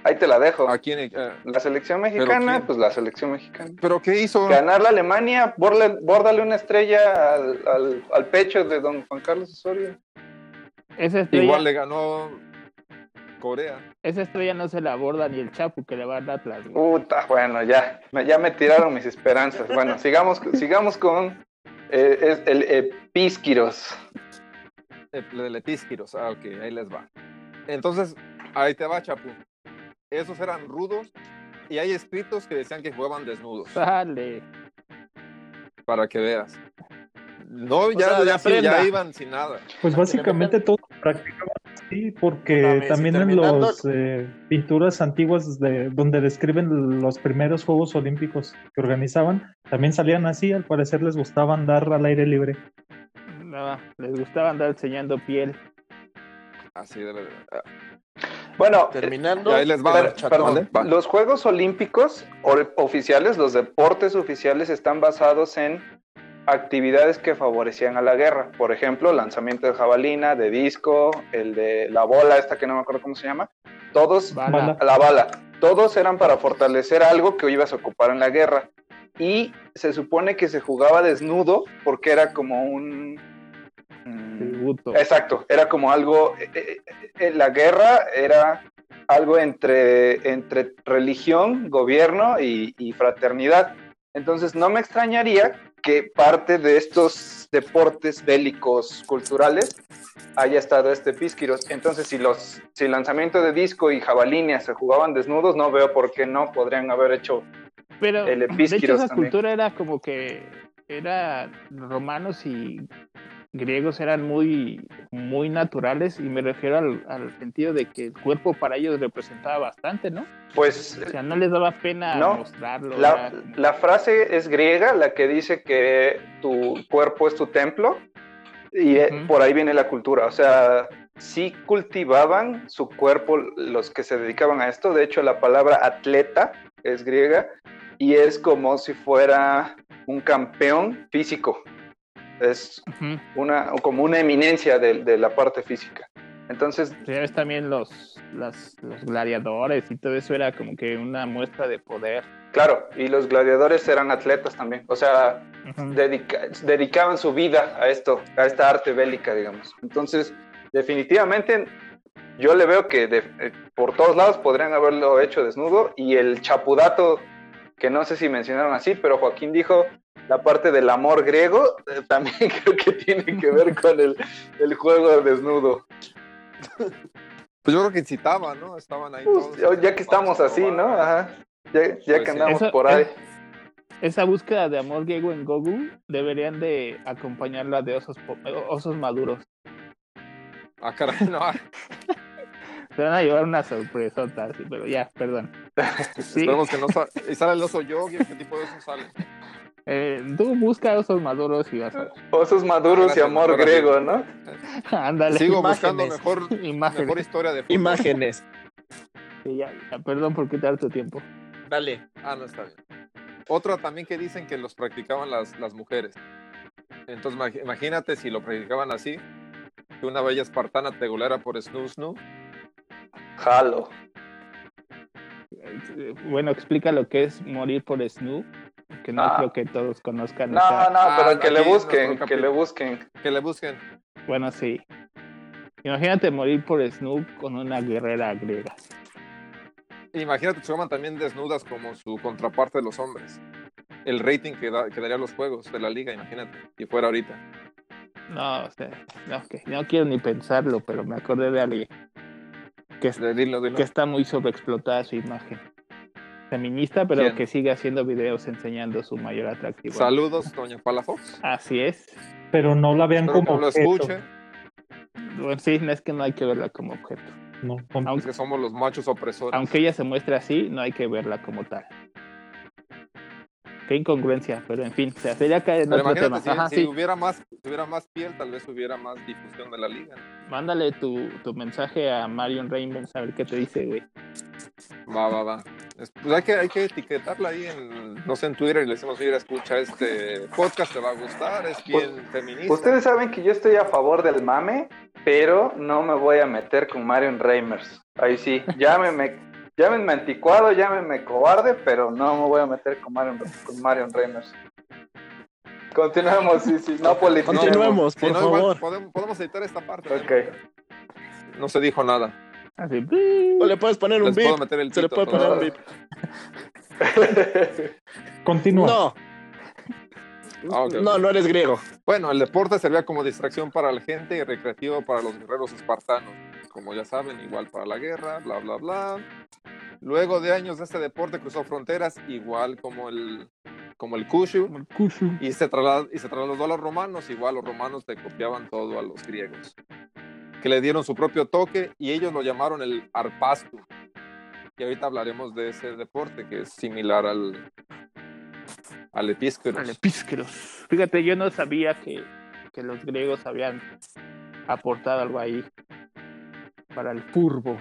A: Ahí te la dejo.
B: ¿A quién? eh,
A: La selección
B: ¿Pero
A: mexicana,
B: quién?
A: pues la selección mexicana.
B: ¿Pero qué hizo?
A: Ganar la Alemania, borle- bórdale una estrella al, al- al pecho de don Juan Carlos Osorio.
E: Esa estrella,
B: Igual le ganó Corea.
E: esa estrella no se la aborda ni el Chapu que le va al Atlas. güey.
A: Puta, bueno, ya, me- ya me tiraron mis esperanzas. Bueno, sigamos, sigamos con eh, es- el Epísquiros.
B: El de Letísquiros. Ah, ok, ahí les va. Entonces, ahí te va, Chapu. Esos eran rudos y hay escritos que decían que jugaban desnudos,
D: Ah.
E: Sale.
B: para que veas. No, ya,
D: sea, de
B: ya sí,
D: prenda.
B: ya iban sin nada.
C: Pues básicamente todos practicaban así, porque
D: Espérame, si
C: también en
D: terminando-
C: las pinturas antiguas de, donde describen los primeros Juegos Olímpicos que organizaban, también salían así, al parecer les gustaba andar al aire libre.
E: No, les gustaba andar enseñando piel.
B: Así de verdad. Eh,
A: Bueno, eh,
D: Terminando.
B: Ahí les va.
A: Per-
B: Chapo,
A: perdón,
B: ¿vale? Va.
A: los Juegos Olímpicos or- oficiales, los deportes oficiales están basados en actividades que favorecían a la guerra. Por ejemplo, lanzamiento de jabalina, de disco, el de la bola, esta que no me acuerdo cómo se llama. Todos,
E: Bala.
A: a la bala, todos eran para fortalecer algo que ibas a ocupar en la guerra. Y se supone que se jugaba desnudo porque era como un... mm,
E: Tributo.
A: Exacto, era como algo, eh, eh, eh, la guerra era algo entre, entre religión, gobierno y, y fraternidad. Entonces no me extrañaría que parte de estos deportes bélicos culturales haya estado este písquiros. Entonces si los si lanzamiento de disco y jabalina se jugaban desnudos, no veo por qué no podrían haber hecho
E: Pero
A: El
E: de hecho
A: Epísquiros
E: esa
A: también.
E: cultura era como que era romanos y griegos eran muy muy naturales y me refiero al, al sentido de que el cuerpo para ellos representaba bastante, ¿no?
A: pues
E: O sea, no les daba pena
A: No,
E: mostrarlo.
A: La,
E: era como-
A: la frase es griega, la que dice que tu cuerpo es tu templo, y eh,
E: Ujú.
A: por ahí viene la cultura. O sea, sí cultivaban su cuerpo los que se dedicaban a esto. De hecho, la palabra atleta es griega y es como si fuera un campeón físico. Es
E: Ujú.
A: una, como una eminencia de, de la parte física. Entonces,
E: Ya ves también los, las- los gladiadores y todo eso era como que una muestra de poder.
A: claro, y los gladiadores eran atletas también. O sea, dedica- dedicaban su vida a esto, a esta arte bélica, digamos. Entonces, definitivamente, yo le veo que de- eh, por todos lados podrían haberlo hecho desnudo y el chapudato, que no sé si mencionaron así, pero Joaquín dijo la parte del amor griego, eh, también creo que tiene que ver con el, el juego desnudo.
B: Pues yo creo que incitaban, ¿no? Estaban ahí
A: Pues,
B: todos. eh,
A: ya que estamos
B: Vamos a
A: así, ¿no?
B: probar.
A: Ajá. Ya, ya
B: Pues
A: que
B: sí.
A: andamos
E: Eso-
A: por ahí.
E: Esa búsqueda de amor griego en Gogu deberían de acompañarla de osos, po- osos maduros.
B: Ah, caray, no.
E: Te van a llevar una sorpresota, sí, pero ya, perdón. Sí,
B: Esperemos que no salga. Y sale el oso yogi, ¿qué tipo de oso sale?
E: Eh, tú busca osos maduros y vas a-
A: Osos maduros y
B: Ah, Gracias,
A: amor
B: gracias.
A: griego, ¿no?
E: Ándale.
B: Sigo
E: Imágenes.
B: buscando mejor,
E: Imágenes.
B: mejor historia de fútbol.
D: Imágenes.
E: Sí, ya, ya, Perdón por quitar tu tiempo.
D: Dale.
B: Ah, no está bien. Otra también que dicen que los practicaban las, las mujeres. Entonces imag- imagínate si lo practicaban así, que una bella espartana te goleara por snoo snoo.
A: Jalo.
E: Eh, Bueno, explica lo que es morir por Snoop, que no
A: Ah.
E: creo que todos conozcan. o
A: No,
E: sea,
A: no, pero que le
B: Ah, aquí
A: busquen,
B: nuestro
A: que le
B: capítulo.
A: busquen.
B: Que le busquen.
E: Bueno, sí. Imagínate morir por Snoop con una guerrera griega.
B: Imagínate que se llaman también desnudas como su contraparte de los hombres. El rating que, da- que daría los juegos de la liga, imagínate, y fuera ahorita.
E: No, o sea, no, que- no quiero ni pensarlo, pero me acordé de alguien que, es-
B: Pues, De- dilo, dilo.
E: que está muy sobreexplotada su imagen. Feminista, pero
B: ¿Quién?
E: que sigue haciendo videos enseñando su mayor atractivo.
B: Saludos, doña Palafox.
E: Así es.
C: Pero no la vean
B: Espero que
C: como
B: no lo
C: objeto.
B: escuche,
E: Bueno, sí, no es que no hay que verla como objeto.
C: No, no.
E: Aunque,
B: que somos los machos opresores.
E: aunque ella se muestre así, no hay que verla como tal. Qué incongruencia, pero en fin, se sería caer en
B: Pero
E: otro tema.
B: imagínate, si,
E: Ajá,
B: si
E: sí.
B: hubiera más, si hubiera más piel, tal vez hubiera más difusión de la liga.
E: Mándale tu, tu mensaje a Marion Reimers a ver qué te dice, güey.
B: Va, va, va. Es- Pues hay que, hay que etiquetarla ahí en, no sé, en Twitter y le decimos, mira, escucha este podcast, te va a gustar, es bien feminista.
A: Ustedes saben que yo estoy a favor del mame, pero no me voy a meter con Marion Reimers. Ahí sí, llámenme, llámenme anticuado, llámenme cobarde, pero no me voy a meter con Marion, con Marion Reimers. Continuamos, sí, sí, no politicemos.
D: Continuemos,
B: Si
D: por
B: no, igual
D: favor.
B: podemos, podemos editar esta parte. ¿eh?
A: Ok.
B: No se dijo nada.
E: Así.
D: O le puedes poner un
B: Les puedo
D: beat.
B: meter el
D: Se le
B: pito
D: puede
B: todo.
D: poner un beat.
C: Continúa.
D: No.
B: Ah, ok, ok.
D: No, no eres griego.
B: Bueno, el deporte servía como distracción para la gente y recreativo para los guerreros espartanos. Como ya saben, igual para la guerra, bla, bla, bla. Luego de años de este deporte cruzó fronteras, igual como el, como el Kushu, y se, trasla- y se trasladó a los romanos, igual los romanos le copiaban todo a los griegos, que le dieron su propio toque y ellos lo llamaron el arpasto. Y ahorita hablaremos de ese deporte que es similar al, al episcoro.
E: Órale, písqueros. Fíjate, yo no sabía que, que los griegos habían aportado algo ahí para el furbo.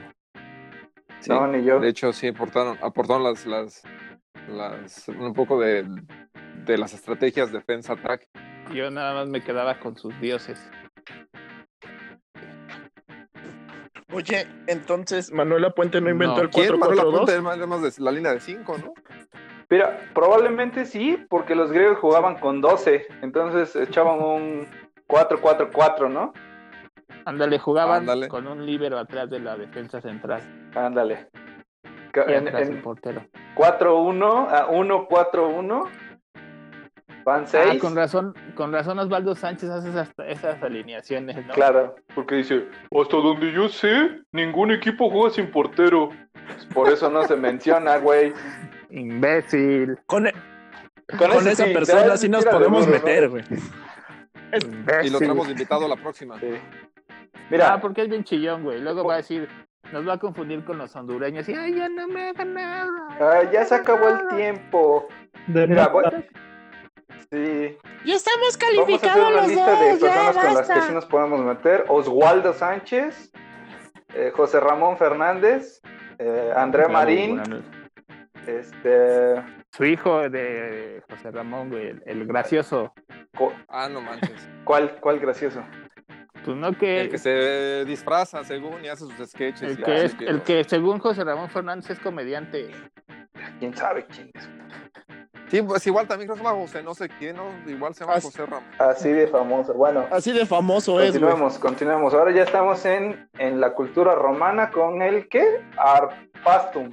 B: Sí.
A: No, ni yo.
B: De hecho, sí aportaron, aportaron las, las, las- un poco de, de las estrategias defensa-ataque.
E: Yo nada más me quedaba con sus dioses.
D: Oye, entonces Manuela Puente no inventó
E: No.
D: el
B: ¿Quién paró la punta?
D: 442.
B: Es más- es más de la línea de 5, ¿no?
A: Mira, probablemente sí, porque los griegos jugaban con 12, entonces echaban un 4-4-4, ¿no?
E: Ándale, jugaban
B: Ándale.
E: con un líbero atrás de la defensa central
A: Ándale.
E: y
A: En-
E: atrás del
A: en
E: portero.
A: 4-1, a 1-4-1, van 6.
E: Ah, con razón, con razón Osvaldo Sánchez hace esas, esas alineaciones, ¿no?
A: Claro, porque dice, hasta donde yo sé, ningún equipo juega sin portero. Por eso no se menciona, güey.
E: Imbécil,
D: Con, e-,
A: Con,
D: con
A: ese
D: esa
A: sí,
D: persona
A: literal,
D: sí nos
A: tira de
D: podemos
A: burro, ¿no?
D: meter, güey.
B: Y
E: imbécil.
B: lo tenemos invitado a la próxima.
A: Sí. Mira,
E: Ah, porque es bien chillón, güey. Luego va a decir, nos va a confundir con los hondureños y, ay, ya no me hagan nada.
A: ah, ya se acabó el tiempo.
C: De
A: Mira,
C: nada.
A: voy- Sí.
F: Ya estamos
A: Vamos a hacer
F: calificados
A: una
F: los
A: lista de
F: dos, ya
A: personas con las que sí
F: basta.
A: nos podemos meter. Oswaldo Sánchez, eh, José Ramón Fernández, eh, André Marín,
E: Bueno,
A: este...
E: Su hijo de José Ramón, güey, el, el gracioso.
A: cu-
B: Ah, no manches.
A: ¿Cuál, cuál gracioso?
E: Pues no que...
B: El que se disfraza según y hace sus sketches.
E: el
B: y
E: que
B: hace
E: es,
B: videos.
E: el que según José Ramón Fernández es comediante.
A: ¿Quién sabe quién es?
B: Sí, pues igual también creo que se llama José, no sé quién, ¿no? igual se llama
D: As-
B: José Ramón.
A: Así de famoso. Bueno,
D: Así de famoso es, güey.
A: Continuemos, continuemos. Ahora ya estamos en, en la cultura romana con el que arpastum,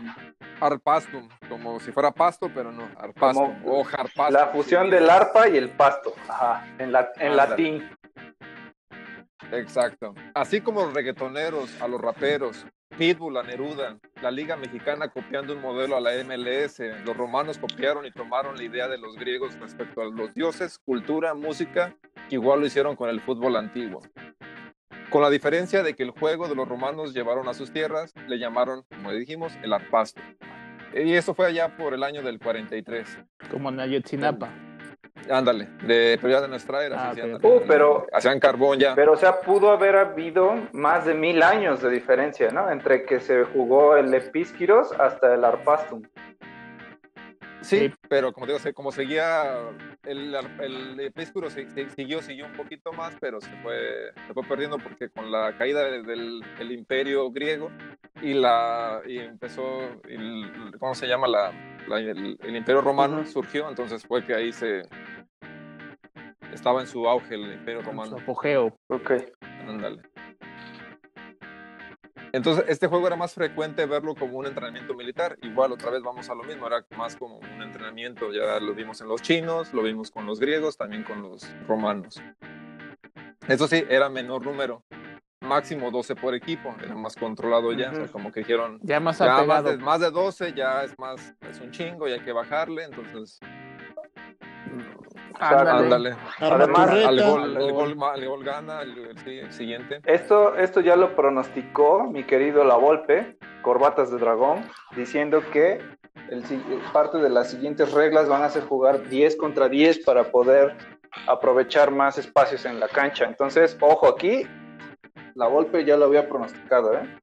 B: Arpastum, como si fuera pasto, pero no. Arpastum
A: Como-
B: o jarpastum.
A: la fusión del arpa y el pasto, ajá, en, la, en
B: Ándale.
A: latín.
B: Exacto. Así como los reggaetoneros, a los raperos, Pitbull, a Neruda, la Liga Mexicana copiando un modelo a la MLS, los romanos copiaron y tomaron la idea de los griegos respecto a los dioses, cultura, música, que igual lo hicieron con el fútbol antiguo. Con la diferencia de que el juego de los romanos llevaron a sus tierras, le llamaron, como dijimos, el arpasto. Y eso fue allá por el año del 43.
E: Como en Ayotzinapa.
B: Ándale, de pero ya de nuestra era.
E: Ah,
B: sí, sí,
E: ok,
B: ándale.
A: Uh, pero,
B: Hacían carbón ya.
A: pero, o sea, pudo haber habido más de mil años de diferencia, ¿no? Entre que se jugó el Epísquiros hasta el Arpastum.
B: Sí, pero como te digo, se- como seguía el, ar- el Epíscuro se- se- siguió, siguió un poquito más, pero se fue, se fue perdiendo porque con la caída de- del, del imperio griego y la y empezó, el, ¿cómo se llama? La, la- el, el imperio romano surgió, entonces fue que ahí se estaba en su auge el imperio
E: Su
B: romano.
E: apogeo.
A: Ok.
B: Ándale. Entonces, este juego era más frecuente verlo como un entrenamiento militar. Igual, otra vez vamos a lo mismo, era más como un entrenamiento. Ya lo vimos en los chinos, lo vimos con los griegos, también con los romanos. Eso sí, era menor número, máximo 12 por equipo, era más controlado ya. o sea,
A: Ujú.
B: como que dijeron,
E: Ya más
B: ya más
E: apegado.
B: de, más de 12 ya es más, es un chingo y hay que bajarle. Entonces,
E: Ándale.
B: ándale.
D: Arma
A: Además,
D: tu reta.
B: Al gol,
A: al
B: el
A: gol.
B: gol, ma- el gol gana, el- el- sí, el siguiente.
A: Esto, esto ya lo pronosticó mi querido La Volpe, Corbatas de Dragón, diciendo que el si- parte de las siguientes reglas van a ser jugar 10 contra 10 para poder aprovechar más espacios en la cancha. Entonces, ojo aquí, La Volpe ya lo había pronosticado, ¿eh?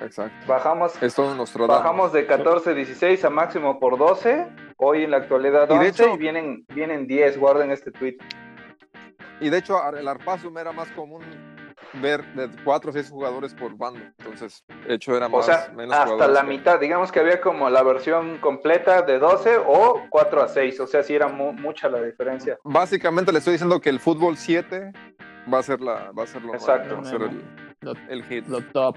B: Exacto.
A: Bajamos,
B: Esto es nuestro
A: bajamos de 14-16 a máximo por 12, hoy en la actualidad
B: Y de
A: 11 y,
B: hecho-
A: vienen, vienen 10, guarden este tweet.
B: Y de hecho, ar- el arpazum era más común ver de cuatro o seis jugadores por bando. Entonces, de hecho, era
A: O
B: más,
A: sea,
B: menos
A: hasta
B: jugadores
A: la
B: que-
A: mitad, digamos que había como la versión completa de 12 o 4 a 6, o sea, sí era mu- mucha la diferencia.
B: Básicamente le estoy diciendo que el fútbol 7 va a ser, la, va a ser lo
A: Exacto.
B: va a ser el,
E: Lo,
B: el hit.
E: lo top.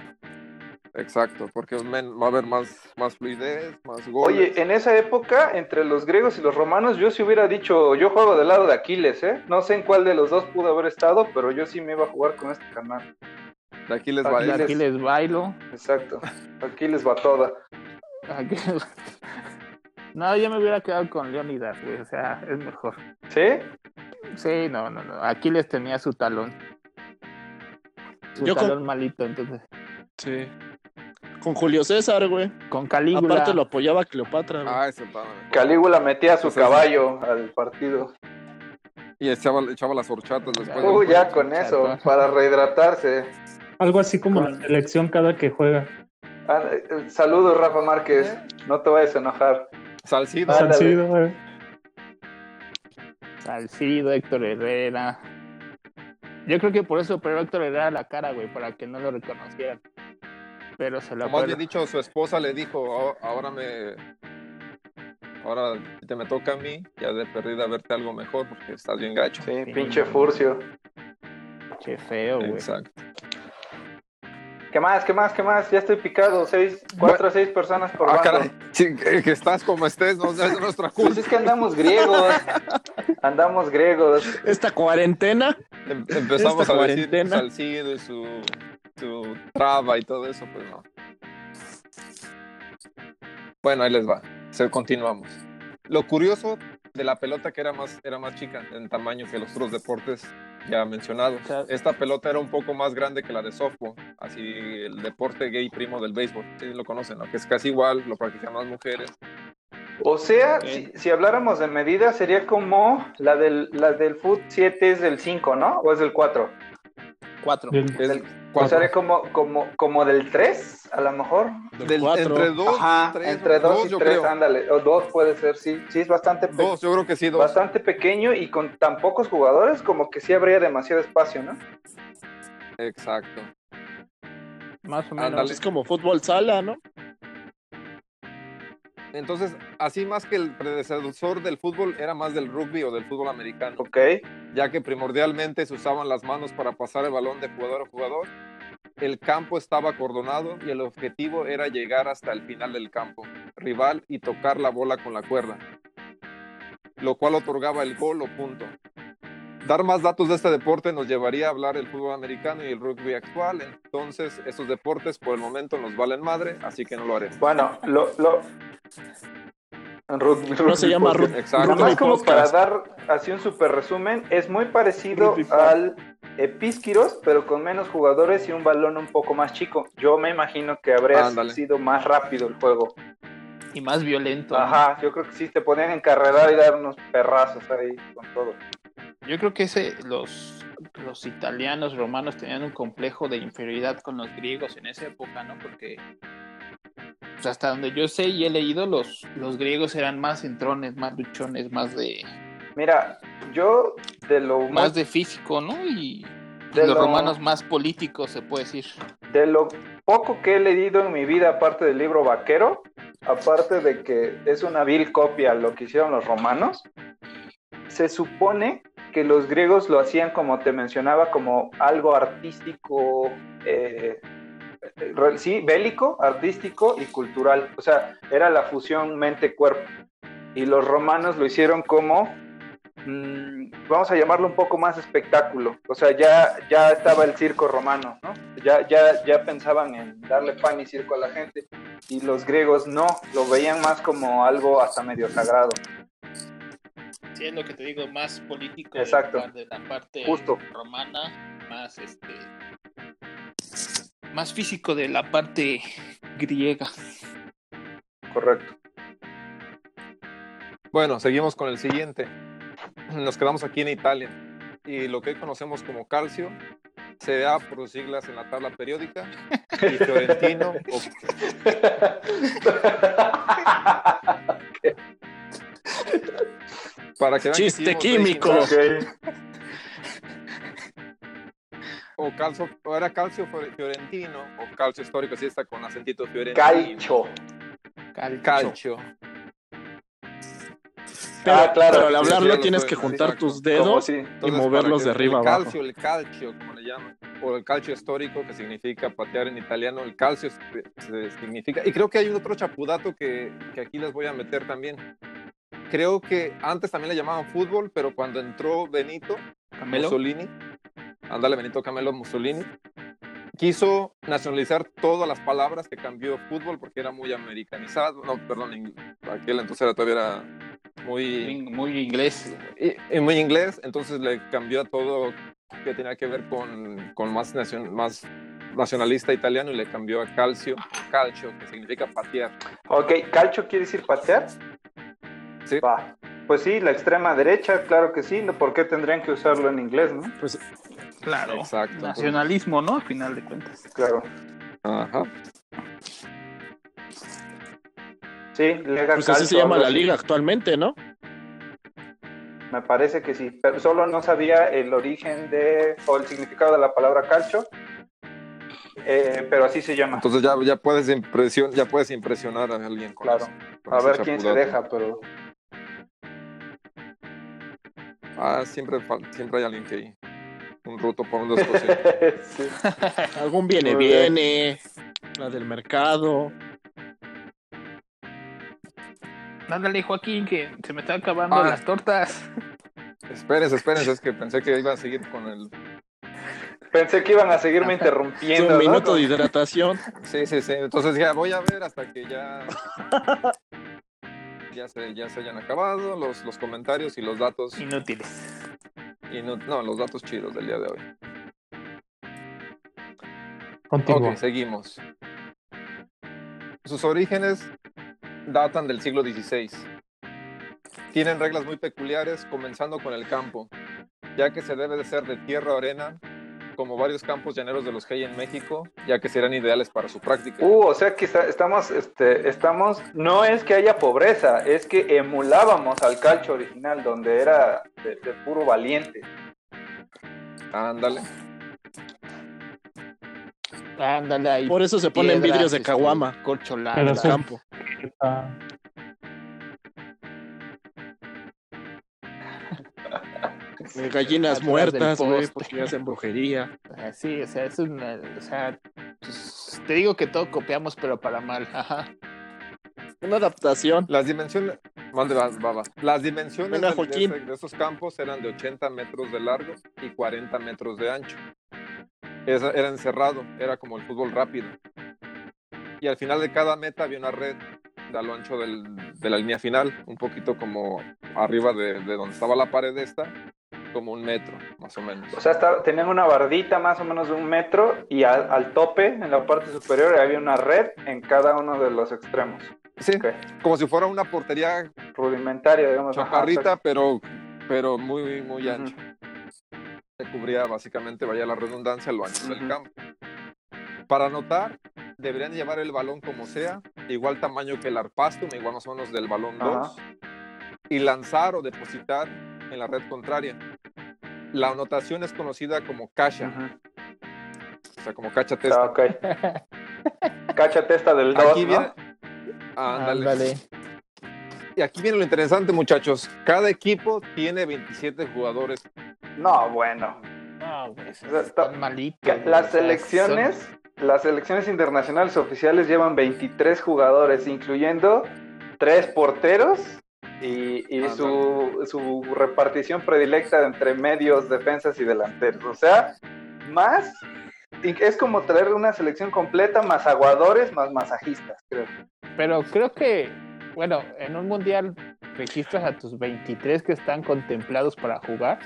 B: Exacto, porque men- va a haber más, más fluidez, más goles.
A: Oye, en esa época, entre los griegos y los romanos, yo sí hubiera dicho, yo juego del lado de Aquiles, ¿eh? No sé en cuál de los dos pudo haber estado, pero yo sí me iba a jugar con este canal.
B: de aquí les va
A: Aquiles.
E: Y aquí les bailo.
A: Exacto. Aquiles va toda.
E: Aquí- No, yo me hubiera quedado con Leonidas, güey. O sea, es mejor.
A: ¿Sí?
E: Sí, no, no, no. Aquí les tenía su talón. Su
D: Yo con-
E: talón malito, entonces.
D: Sí. Con Julio César, güey.
E: Con Calígula.
D: Aparte lo apoyaba Cleopatra, güey.
B: Ah, ese estaba mejor.
A: Calígula metía su
B: Pues eso.
A: caballo al partido.
B: Y echaba, echaba las horchatas después. del
A: Uy, ya
B: juego.
A: con eso, para rehidratarse.
C: Algo así como la selección cada que juega.
A: Ah, eh, Saludos, Rafa Márquez. No te vayas a enojar.
B: Salcido.
A: Ándale.
C: Salcido, eh.
E: Salcido, Héctor Herrera. Yo creo que por eso pero Héctor Herrera la cara, güey, para que no lo reconocieran. Pero se lo
B: O más bien
E: acuerdo.
B: dicho, su esposa le dijo, "Ah, ahora me... Ahora te me toca a mí, ya de perdida verte algo mejor porque estás bien gacho.
A: Sí,
E: Sí.
A: pinche
B: Mm.
A: furcio.
E: Qué feo, güey.
B: Exacto.
A: ¿Qué más? ¿Qué más? ¿Qué más? Ya estoy picado. Seis, cuatro a seis personas por
B: Ah,
A: bando.
B: caray. Sí, que, que estás como estés, no es nuestra
A: Pues
B: culpa.
A: es que andamos griegos. Andamos griegos.
D: Esta cuarentena.
B: Em- Empezamos
D: Esta
B: a decir
D: cuarentena.
B: Salcido y su, su traba y todo eso, pues no. Bueno, ahí les va. Se continuamos. Lo curioso de la pelota que era más, era más chica en tamaño que los otros deportes ya mencionados.
E: O sea,
B: Esta pelota era un poco más grande que la de softball, así el deporte gay primo del béisbol. Sí, lo conocen, ¿no? que es casi igual, lo practican más mujeres.
A: O sea, si, si habláramos de medidas, sería como la del, la del foot 7 es del 5, ¿no? ¿O es del 4?
E: Cuatro.
C: Bien.
B: Es
A: Del- O
B: cuatro.
A: sea, era como, como, como del 3, a lo mejor.
B: Del- entre dos,
A: Ajá,
B: tres,
A: entre 2 y
B: yo
A: 3,
B: creo.
A: ándale. O 2 puede ser, sí. Sí, es bastante, pe-
B: Dos, yo creo que sí, dos.
A: bastante pequeño y con tan pocos jugadores, como que sí habría demasiado espacio, ¿no?
B: Exacto.
E: Más o menos.
B: Ándale.
D: Es como fútbol sala, ¿no?
B: Entonces, así más que el predecesor del fútbol era más del rugby o del fútbol americano,
A: Ok.
B: ya que primordialmente se usaban las manos para pasar el balón de jugador a jugador. El campo estaba acordonado y el objetivo era llegar hasta el final del campo, rival y tocar la bola con la cuerda, lo cual otorgaba el gol o punto. Dar más datos de este deporte nos llevaría a hablar el fútbol americano y el rugby actual, entonces estos deportes por el momento nos valen madre, así que no lo haremos.
A: Bueno, lo... lo... Rugby-
D: No se llama
A: podcast.
D: rugby.
B: Exacto.
A: Nada más como para
D: podcast.
A: dar así un super resumen, es muy parecido
D: Rugby podcast.
A: al Epísquiros, pero con menos jugadores y un balón un poco más chico. Yo me imagino que habría
B: Ándale.
A: sido más rápido el juego.
E: y más violento. ¿no?
A: Ajá, yo creo que sí, te ponían en carrera y dar unos perrazos ahí con todo.
E: Yo creo que ese, los, los italianos, romanos tenían un complejo de inferioridad con los griegos en esa época, ¿no? Porque pues, hasta donde yo sé y he leído, los, los griegos eran más entrones, más luchones, más de
A: Mira, yo de lo
E: más de físico, ¿no? Y
A: De
E: los
A: lo-
E: romanos más políticos, se puede decir.
A: De lo poco que he leído en mi vida, aparte del libro Vaquero, aparte de que es una vil copia lo que hicieron los romanos, se supone que los griegos lo hacían como te mencionaba, como algo artístico, eh, re- sí, bélico, artístico y cultural. O sea, era la fusión mente-cuerpo. Y los romanos lo hicieron como mm, vamos a llamarlo un poco más espectáculo. O sea, ya, ya estaba el circo romano, ¿no? Ya, ya, ya pensaban en darle pan y circo a la gente. Y los griegos no, lo veían más como algo hasta medio sagrado.
E: Sí, es lo que te digo, más político.
A: Exacto.
E: De la parte
A: Justo.
E: romana, más este. Más físico de la parte griega.
A: Correcto.
B: Bueno, seguimos con el siguiente. Nos quedamos aquí en Italia y lo que hoy conocemos como calcio se da por sus siglas en la tabla periódica y fiorentino o para que vean que
D: Chiste
B: sí hemos
D: químico.
B: leído,
A: Ok.
B: o calcio o era calcio fiore- fiorentino o calcio histórico si está con acentito fiorentino
A: Calcho.
B: calcio
D: Pero,
A: Ah, claro. pues,
D: pero al hablarlo
B: Sí, sí,
D: tienes
B: lo
D: que
B: sé,
D: juntar
B: exacto.
D: tus
A: Como
D: dedos.
A: si-
B: Entonces,
D: Y moverlos
B: para
D: de
B: que-
D: arriba
B: el
D: abajo.
B: calcio el calcio como le llaman o el calcio histórico que significa patear en italiano el calcio es- se- significa y creo que hay otro chapudato que, que aquí les voy a meter también creo que antes también le llamaban fútbol pero cuando entró Benito
E: Camelo.
B: Mussolini, ándale Benito Camelo Mussolini, quiso nacionalizar todas las palabras que cambió fútbol porque era muy americanizado, no, perdón, ing- aquel entonces era todavía era muy,
E: Muy muy inglés.
B: y- y muy inglés, entonces le cambió a todo que tenía que ver con, con más, nacion- más nacionalista italiano y le cambió a calcio, calcio, que significa patear.
A: Ok, calcho quiere decir patear.
B: Sí.
A: Va. Pues sí, la extrema derecha, claro que sí. ¿no? ¿Por qué tendrían que usarlo en inglés, no?
D: Pues
E: Claro.
B: Exacto.
E: Nacionalismo, ¿no? Al final de cuentas.
A: Claro.
B: Ajá.
A: Sí, Lega
D: Pues así
A: Calcio,
D: se llama
A: algo
D: la
A: así.
D: liga actualmente, ¿no?
A: Me parece que sí, pero solo no sabía el origen de o el significado de la palabra calcio, eh, pero así se llama.
B: Entonces ya, ya, puedes impresion, ya puedes impresionar a alguien con
A: Claro.
B: eso, con
A: A
B: ese
A: ver quién se
B: chapudato.
A: deja, pero
B: Ah, siempre, fal- siempre hay alguien que un roto por un descosido.
A: sí.
D: Algún viene,
A: Muy bien.
D: viene. La del mercado.
E: Ándale, Joaquín, que se me están acabando
B: Ah.
E: las tortas.
B: espérense, espérense, es que pensé que iba a seguir con el.
A: Pensé que iban a seguirme
D: Es
A: interrumpiendo.
D: un
A: ¿no?
D: minuto de hidratación.
B: Sí, sí, sí. Entonces ya voy a ver hasta que ya. Ya se, ya se hayan acabado los, los comentarios y los datos.
E: Inútiles.
B: Y no, no, los datos chidos del día de hoy.
C: Continúa.
B: Ok, seguimos. Sus orígenes datan del siglo XVI. Tienen reglas muy peculiares, comenzando con el campo, ya que se debe de ser de tierra o arena, como varios campos llaneros de los que hay en México, ya que serán ideales para su práctica.
A: Uh, o sea que está- estamos, este, estamos, no es que haya pobreza, es que emulábamos al calcio original, donde era de, de puro valiente.
B: Ándale.
E: Ándale ahí.
D: Por eso se ponen
E: Piedras,
D: vidrios de
E: este,
D: caguama.
E: Corcholata.
D: En el
C: Pedazos.
D: campo.
C: Ah,
D: Eh, Gallinas
E: Atrás
D: muertas,
E: del
D: güey,
E: poste.
D: porque hacen brujería.
E: Ah, Sí, o sea, es una. O sea, pues, te digo que todo copiamos, pero para mal. Ajá.
D: Una adaptación.
B: Las dimensiones, mande, va, va, va. Las dimensiones
D: Venga,
B: del-
D: Joaquín.
B: de, de esos campos eran de 80 metros de largo y 40 metros de ancho. Esa- era encerrado, era como el fútbol rápido. Y al final de cada meta había una red a lo ancho del- de la línea final, un poquito como arriba de, de donde estaba la pared esta, como un metro, más o menos.
A: O sea, estaba- tenían una bardita más o menos de un metro y al, al tope, en la parte superior, había una red en cada uno de los extremos.
B: Sí,
A: Ok.
B: como si fuera una portería
A: Rudimentario, digamos. ajá,
B: chaparrita,
A: exacto.
B: pero, pero muy, muy
A: Ujú.
B: ancha. Se cubría básicamente, vaya la redundancia, lo ancho del
A: Ujú.
B: campo. Para anotar, deberían llevar el balón como sea, igual tamaño que el arpastum, igual más o menos del balón
A: Ajá.
B: 2, y lanzar o depositar en la red contraria. La anotación es conocida como cacha,
A: Ujú.
B: o sea, como cacha
A: Ah,
B: testa.
A: ok. Cacha testa del 2,
B: Aquí
A: pues, ¿no?
B: viene... Ándale.
F: Ándale.
B: Y aquí viene lo interesante, muchachos. Cada equipo tiene 27 jugadores.
A: No, bueno.
E: No, güey, eso
A: Está-
E: está malito.
A: Ca-
E: güey, o
A: Las
E: sea,
A: selecciones, las selecciones internacionales oficiales llevan 23 jugadores, incluyendo tres porteros y, y
B: Ah,
A: su, su repartición predilecta entre medios, defensas y delanteros. O sea, más y es como traer una selección completa más aguadores más masajistas, creo.
E: son- Pero creo que, bueno, en un mundial registras a tus 23 que están contemplados para jugar,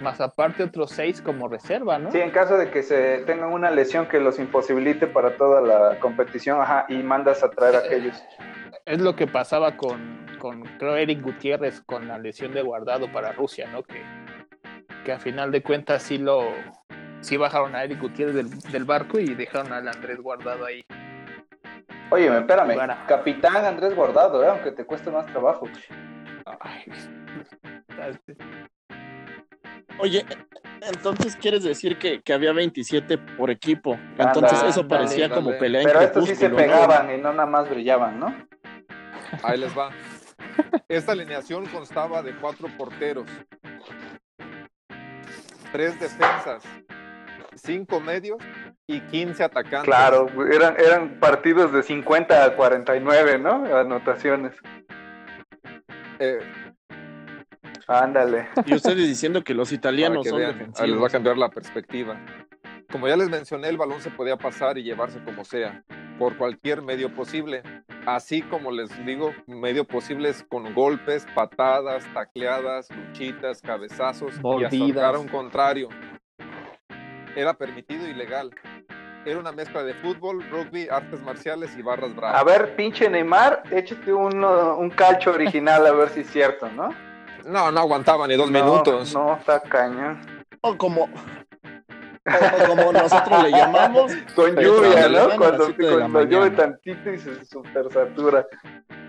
E: más aparte otros 6 como reserva, ¿no?
A: Sí, en caso de que se tengan una lesión que los imposibilite para toda la competición, ajá, y mandas a traer a aquellos.
E: Es lo que pasaba con, con, creo, Eric Gutiérrez con la lesión de guardado para Rusia, ¿no? Que, que a final de cuentas sí lo. Sí bajaron a Eric Gutiérrez del, del barco y dejaron al Andrés guardado ahí.
A: Oye, espérame,
E: Guara.
A: capitán Andrés Guardado, ¿eh? aunque te cueste más trabajo.
E: Ay,
D: Oye, entonces quieres decir que, que había 27 por equipo. Entonces
A: Ándale,
D: eso parecía
B: ándale.
D: como pelea en
A: Pero estos sí se
D: crepúsculo, ¿no?
A: pegaban y no nada más brillaban, ¿no?
B: Ahí les va. Esta alineación constaba de cuatro porteros, tres defensas, cinco medios y 15 atacantes.
A: Claro, eran, eran partidos de 50 a 49, ¿no? Anotaciones.
B: Eh,
A: Ándale.
D: Y ustedes diciendo que los
B: para
D: italianos
B: que
D: son
B: vean, ahí les va a
D: defensivos.
B: cambiar la perspectiva. Como ya les mencioné, el balón se podía pasar y llevarse como sea, por cualquier medio posible. Así como les digo, medio posibles con golpes, patadas, tacleadas, luchitas, cabezazos y hasta
E: Mordidas.
B: ahorcar a un contrario. Era permitido y legal. Era una mezcla de fútbol, rugby, artes marciales y barras bravas.
A: A ver, pinche Neymar, échate uno, un calcho original a ver si es cierto, ¿no?
B: No, no aguantaba ni dos
A: No,
B: minutos.
A: No, está cañón.
D: O como, o- o como nosotros le llamamos.
A: Con
D: Pero
A: lluvia,
D: cuando le
A: ¿no?
D: dan a las
A: Cuando,
D: siete de la
A: cuando llueve
D: mañana.
A: tantito y se supersatura.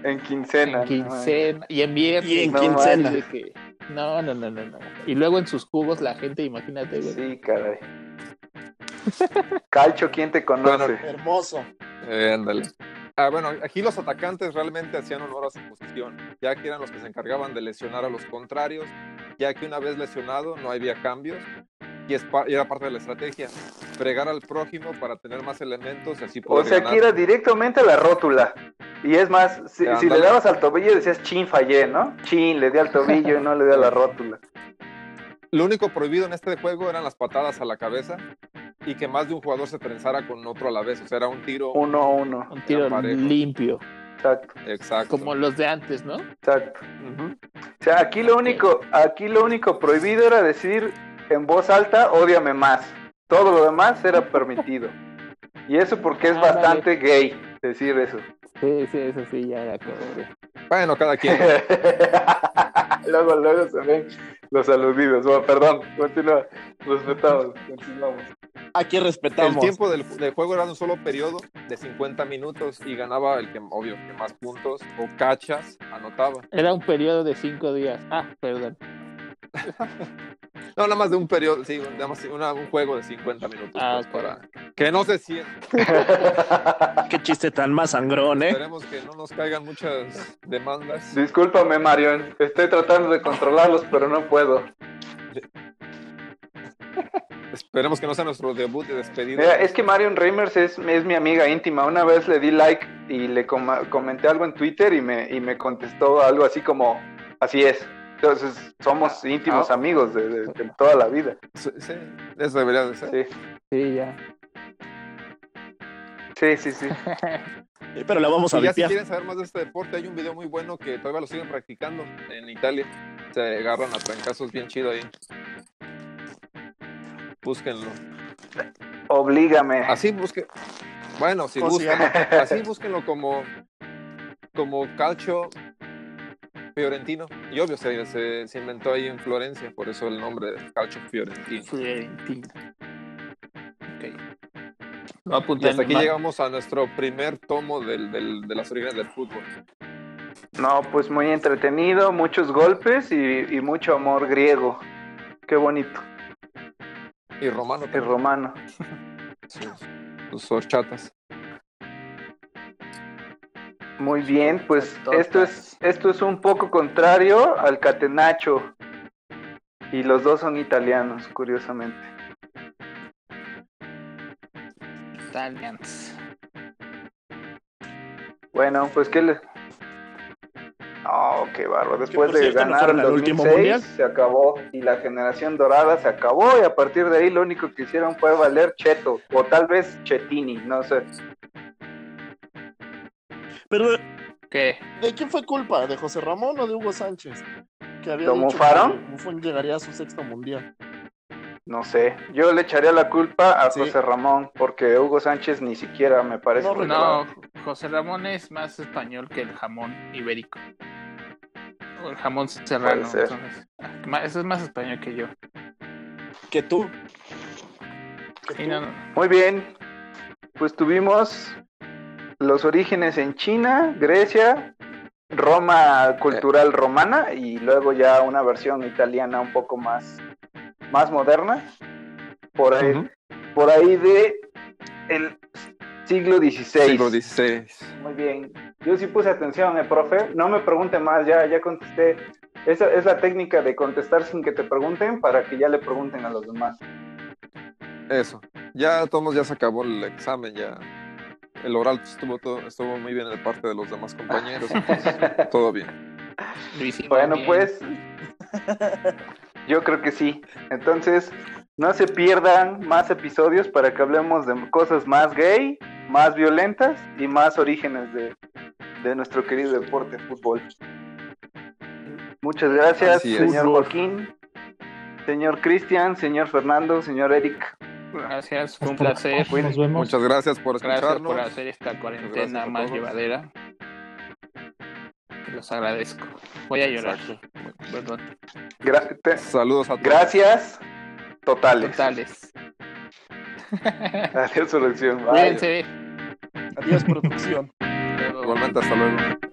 A: En
E: en
A: quincena. ¿no?
E: quincena y en viernes.
D: Y en
E: no
D: quincena.
E: manches, de que- No, no, no, no, no. Y luego en sus cubos la gente, imagínate, güey.
A: Sí, caray. Calcho, ¿quién te conoce?
D: Hermoso.
B: Eh, ándale. Ah, bueno, aquí los atacantes realmente hacían honor a su posición, ya que eran los que se encargaban de lesionar a los contrarios, ya que una vez lesionado no había cambios y, es pa- y era parte de la estrategia, fregar al prójimo para tener más elementos y así
A: O
B: poder
A: sea,
B: pues ganar.
A: aquí era directamente a la rótula. Y es más, si, si
B: Ándale.
A: le dabas al tobillo decías, chin, fallé, ¿no? Chin, le di al tobillo y no le di a la rótula.
B: Lo único prohibido en este juego eran las patadas a la cabeza y que más de un jugador se trenzara con otro a la vez, o sea, era un tiro
A: Uno a uno.
E: Un tiro
B: Era parejo.
E: limpio,
A: Exacto,
B: exacto.
E: como los de antes, ¿no?
A: exacto.
B: Ujú.
A: O sea, aquí lo único, aquí lo único prohibido era decir en voz alta, ódiame más. Todo lo demás era permitido. Y eso porque es
E: Ándale.
A: bastante gay decir eso.
E: Sí, sí, eso sí, ya era como de-
B: Bueno, cada quien.
A: luego, luego se ven los aludidos. Bueno, perdón, continúa. Respetamos, continuamos.
D: Aquí
B: El
D: respetamos.
B: tiempo del, del juego era de un solo periodo de 50 minutos y ganaba el que, obvio, que más puntos o cachas anotaba.
E: Era un periodo de cinco días. Ah, perdón.
B: No, nada más de un periodo, sí, nada más una- un juego de 50 minutos.
E: Ah,
B: pues,
E: ok.
B: para que no se sienta.
D: Qué chiste tan más sangrón, ¿eh?
B: Esperemos que no nos caigan muchas demandas.
A: Discúlpame, Marion. Estoy tratando de controlarlos, pero no puedo.
B: Esperemos que no sea nuestro debut de despedida.
A: Mira, eh. es que Marion Reimers es, es mi amiga íntima. Una vez le di like y le coma- comenté algo en Twitter y me, y me contestó algo así como, así es. Entonces, somos íntimos
B: Ah.
A: amigos de, de- de toda la vida.
B: Sí, sí, eso debería de ser.
A: Sí,
E: Sí, ya.
A: sí, sí. sí.
D: Sí, Pero la vamos a
B: Y ya si
D: limpiar.
B: quieren saber más de este deporte, hay un video muy bueno que todavía lo siguen practicando en Italia. Se agarran a trancazos bien chido ahí. Búsquenlo.
A: Oblígame.
B: Así busque. Bueno, si
D: ¿Cómo se
B: buscan, así búsquenlo como como calcio fiorentino. Y obvio, se, se, se inventó ahí en Florencia, por eso el nombre de calcio fiorentino.
E: Fiorentina. Ok. Lo
B: Y
E: apunté
B: hasta
E: en
B: aquí
E: ma-
B: llegamos a nuestro primer tomo del- del- de las orígenes del fútbol.
A: No, pues muy entretenido, muchos golpes y, y mucho amor griego. Qué bonito.
B: Y Romano
A: El
B: también,
A: romano.
B: sus, sus horchatas.
A: Muy bien, pues esto es, esto es un poco contrario al catenacho. Y los dos son italianos, curiosamente.
E: Italians.
A: Bueno, pues qué le... No, qué barro. Después
D: por
A: de
D: cierto, no
A: ganar el
D: fueron al último
A: 2006
D: mundial.
A: se acabó y la generación dorada se acabó y a partir de ahí lo único que hicieron fue valer Cheto o tal vez Chetini, no sé.
D: Pero,
E: ¿Qué?
D: ¿de quién fue culpa? ¿De José Ramón o de Hugo Sánchez? Que había
A: ¿Lo
D: dicho
A: mofaron?
D: que Buffon llegaría a su sexto mundial.
A: No sé, yo le echaría la culpa a
D: Sí.
A: José Ramón porque Hugo Sánchez ni siquiera me parece.
D: No,
B: Pues
A: que
E: No, José Ramón es más español que el jamón ibérico. O el jamón serrano.
A: Puede ser.
E: entonces. Ah, Ma- Eso es más español que yo.
D: Que tú.
E: Y no, no.
A: Muy bien, pues tuvimos los orígenes en China, Grecia, Roma
B: Eh.
A: cultural romana y luego ya una versión italiana un poco más, más moderna, por ahí,
B: Ujú.
A: por ahí de el siglo XVI.
B: Siglo XVI.
A: Muy bien, yo sí puse atención, eh, profe, no me pregunte más, ya, ya contesté. Esa es la técnica de contestar sin que te pregunten para que ya le pregunten a los demás.
B: Eso. Ya, Tomos, ya se acabó el examen, ya. El oral estuvo, todo, estuvo muy bien de parte de los demás compañeros, entonces, todo bien.
E: Lo hicimos
A: Bueno,
E: bien.
A: pues yo creo que sí. Entonces, no se pierdan más episodios para que hablemos de cosas más gay, más violentas y más orígenes de, de nuestro querido deporte, fútbol. Muchas gracias,
B: Así es.
A: señor
D: Fútbol.
A: Joaquín, señor Cristian, señor Fernando, señor Eric.
E: Gracias, fue un
C: Hasta luego.
E: placer.
C: pues, Nos vemos.
B: Muchas gracias por
E: Gracias
B: escucharnos.
E: por hacer esta
B: Gracias
E: cuarentena
B: a
E: más
B: todos.
E: llevadera. Los agradezco. Voy a llorar. Perdón.
A: Gra- te-
B: Saludos a todos.
A: gracias totales.
E: Totales.
A: Adiós, selección. Bye.
E: Cuídense.
D: Adiós, producción.
E: Hasta luego.
B: Igualmente, hasta luego.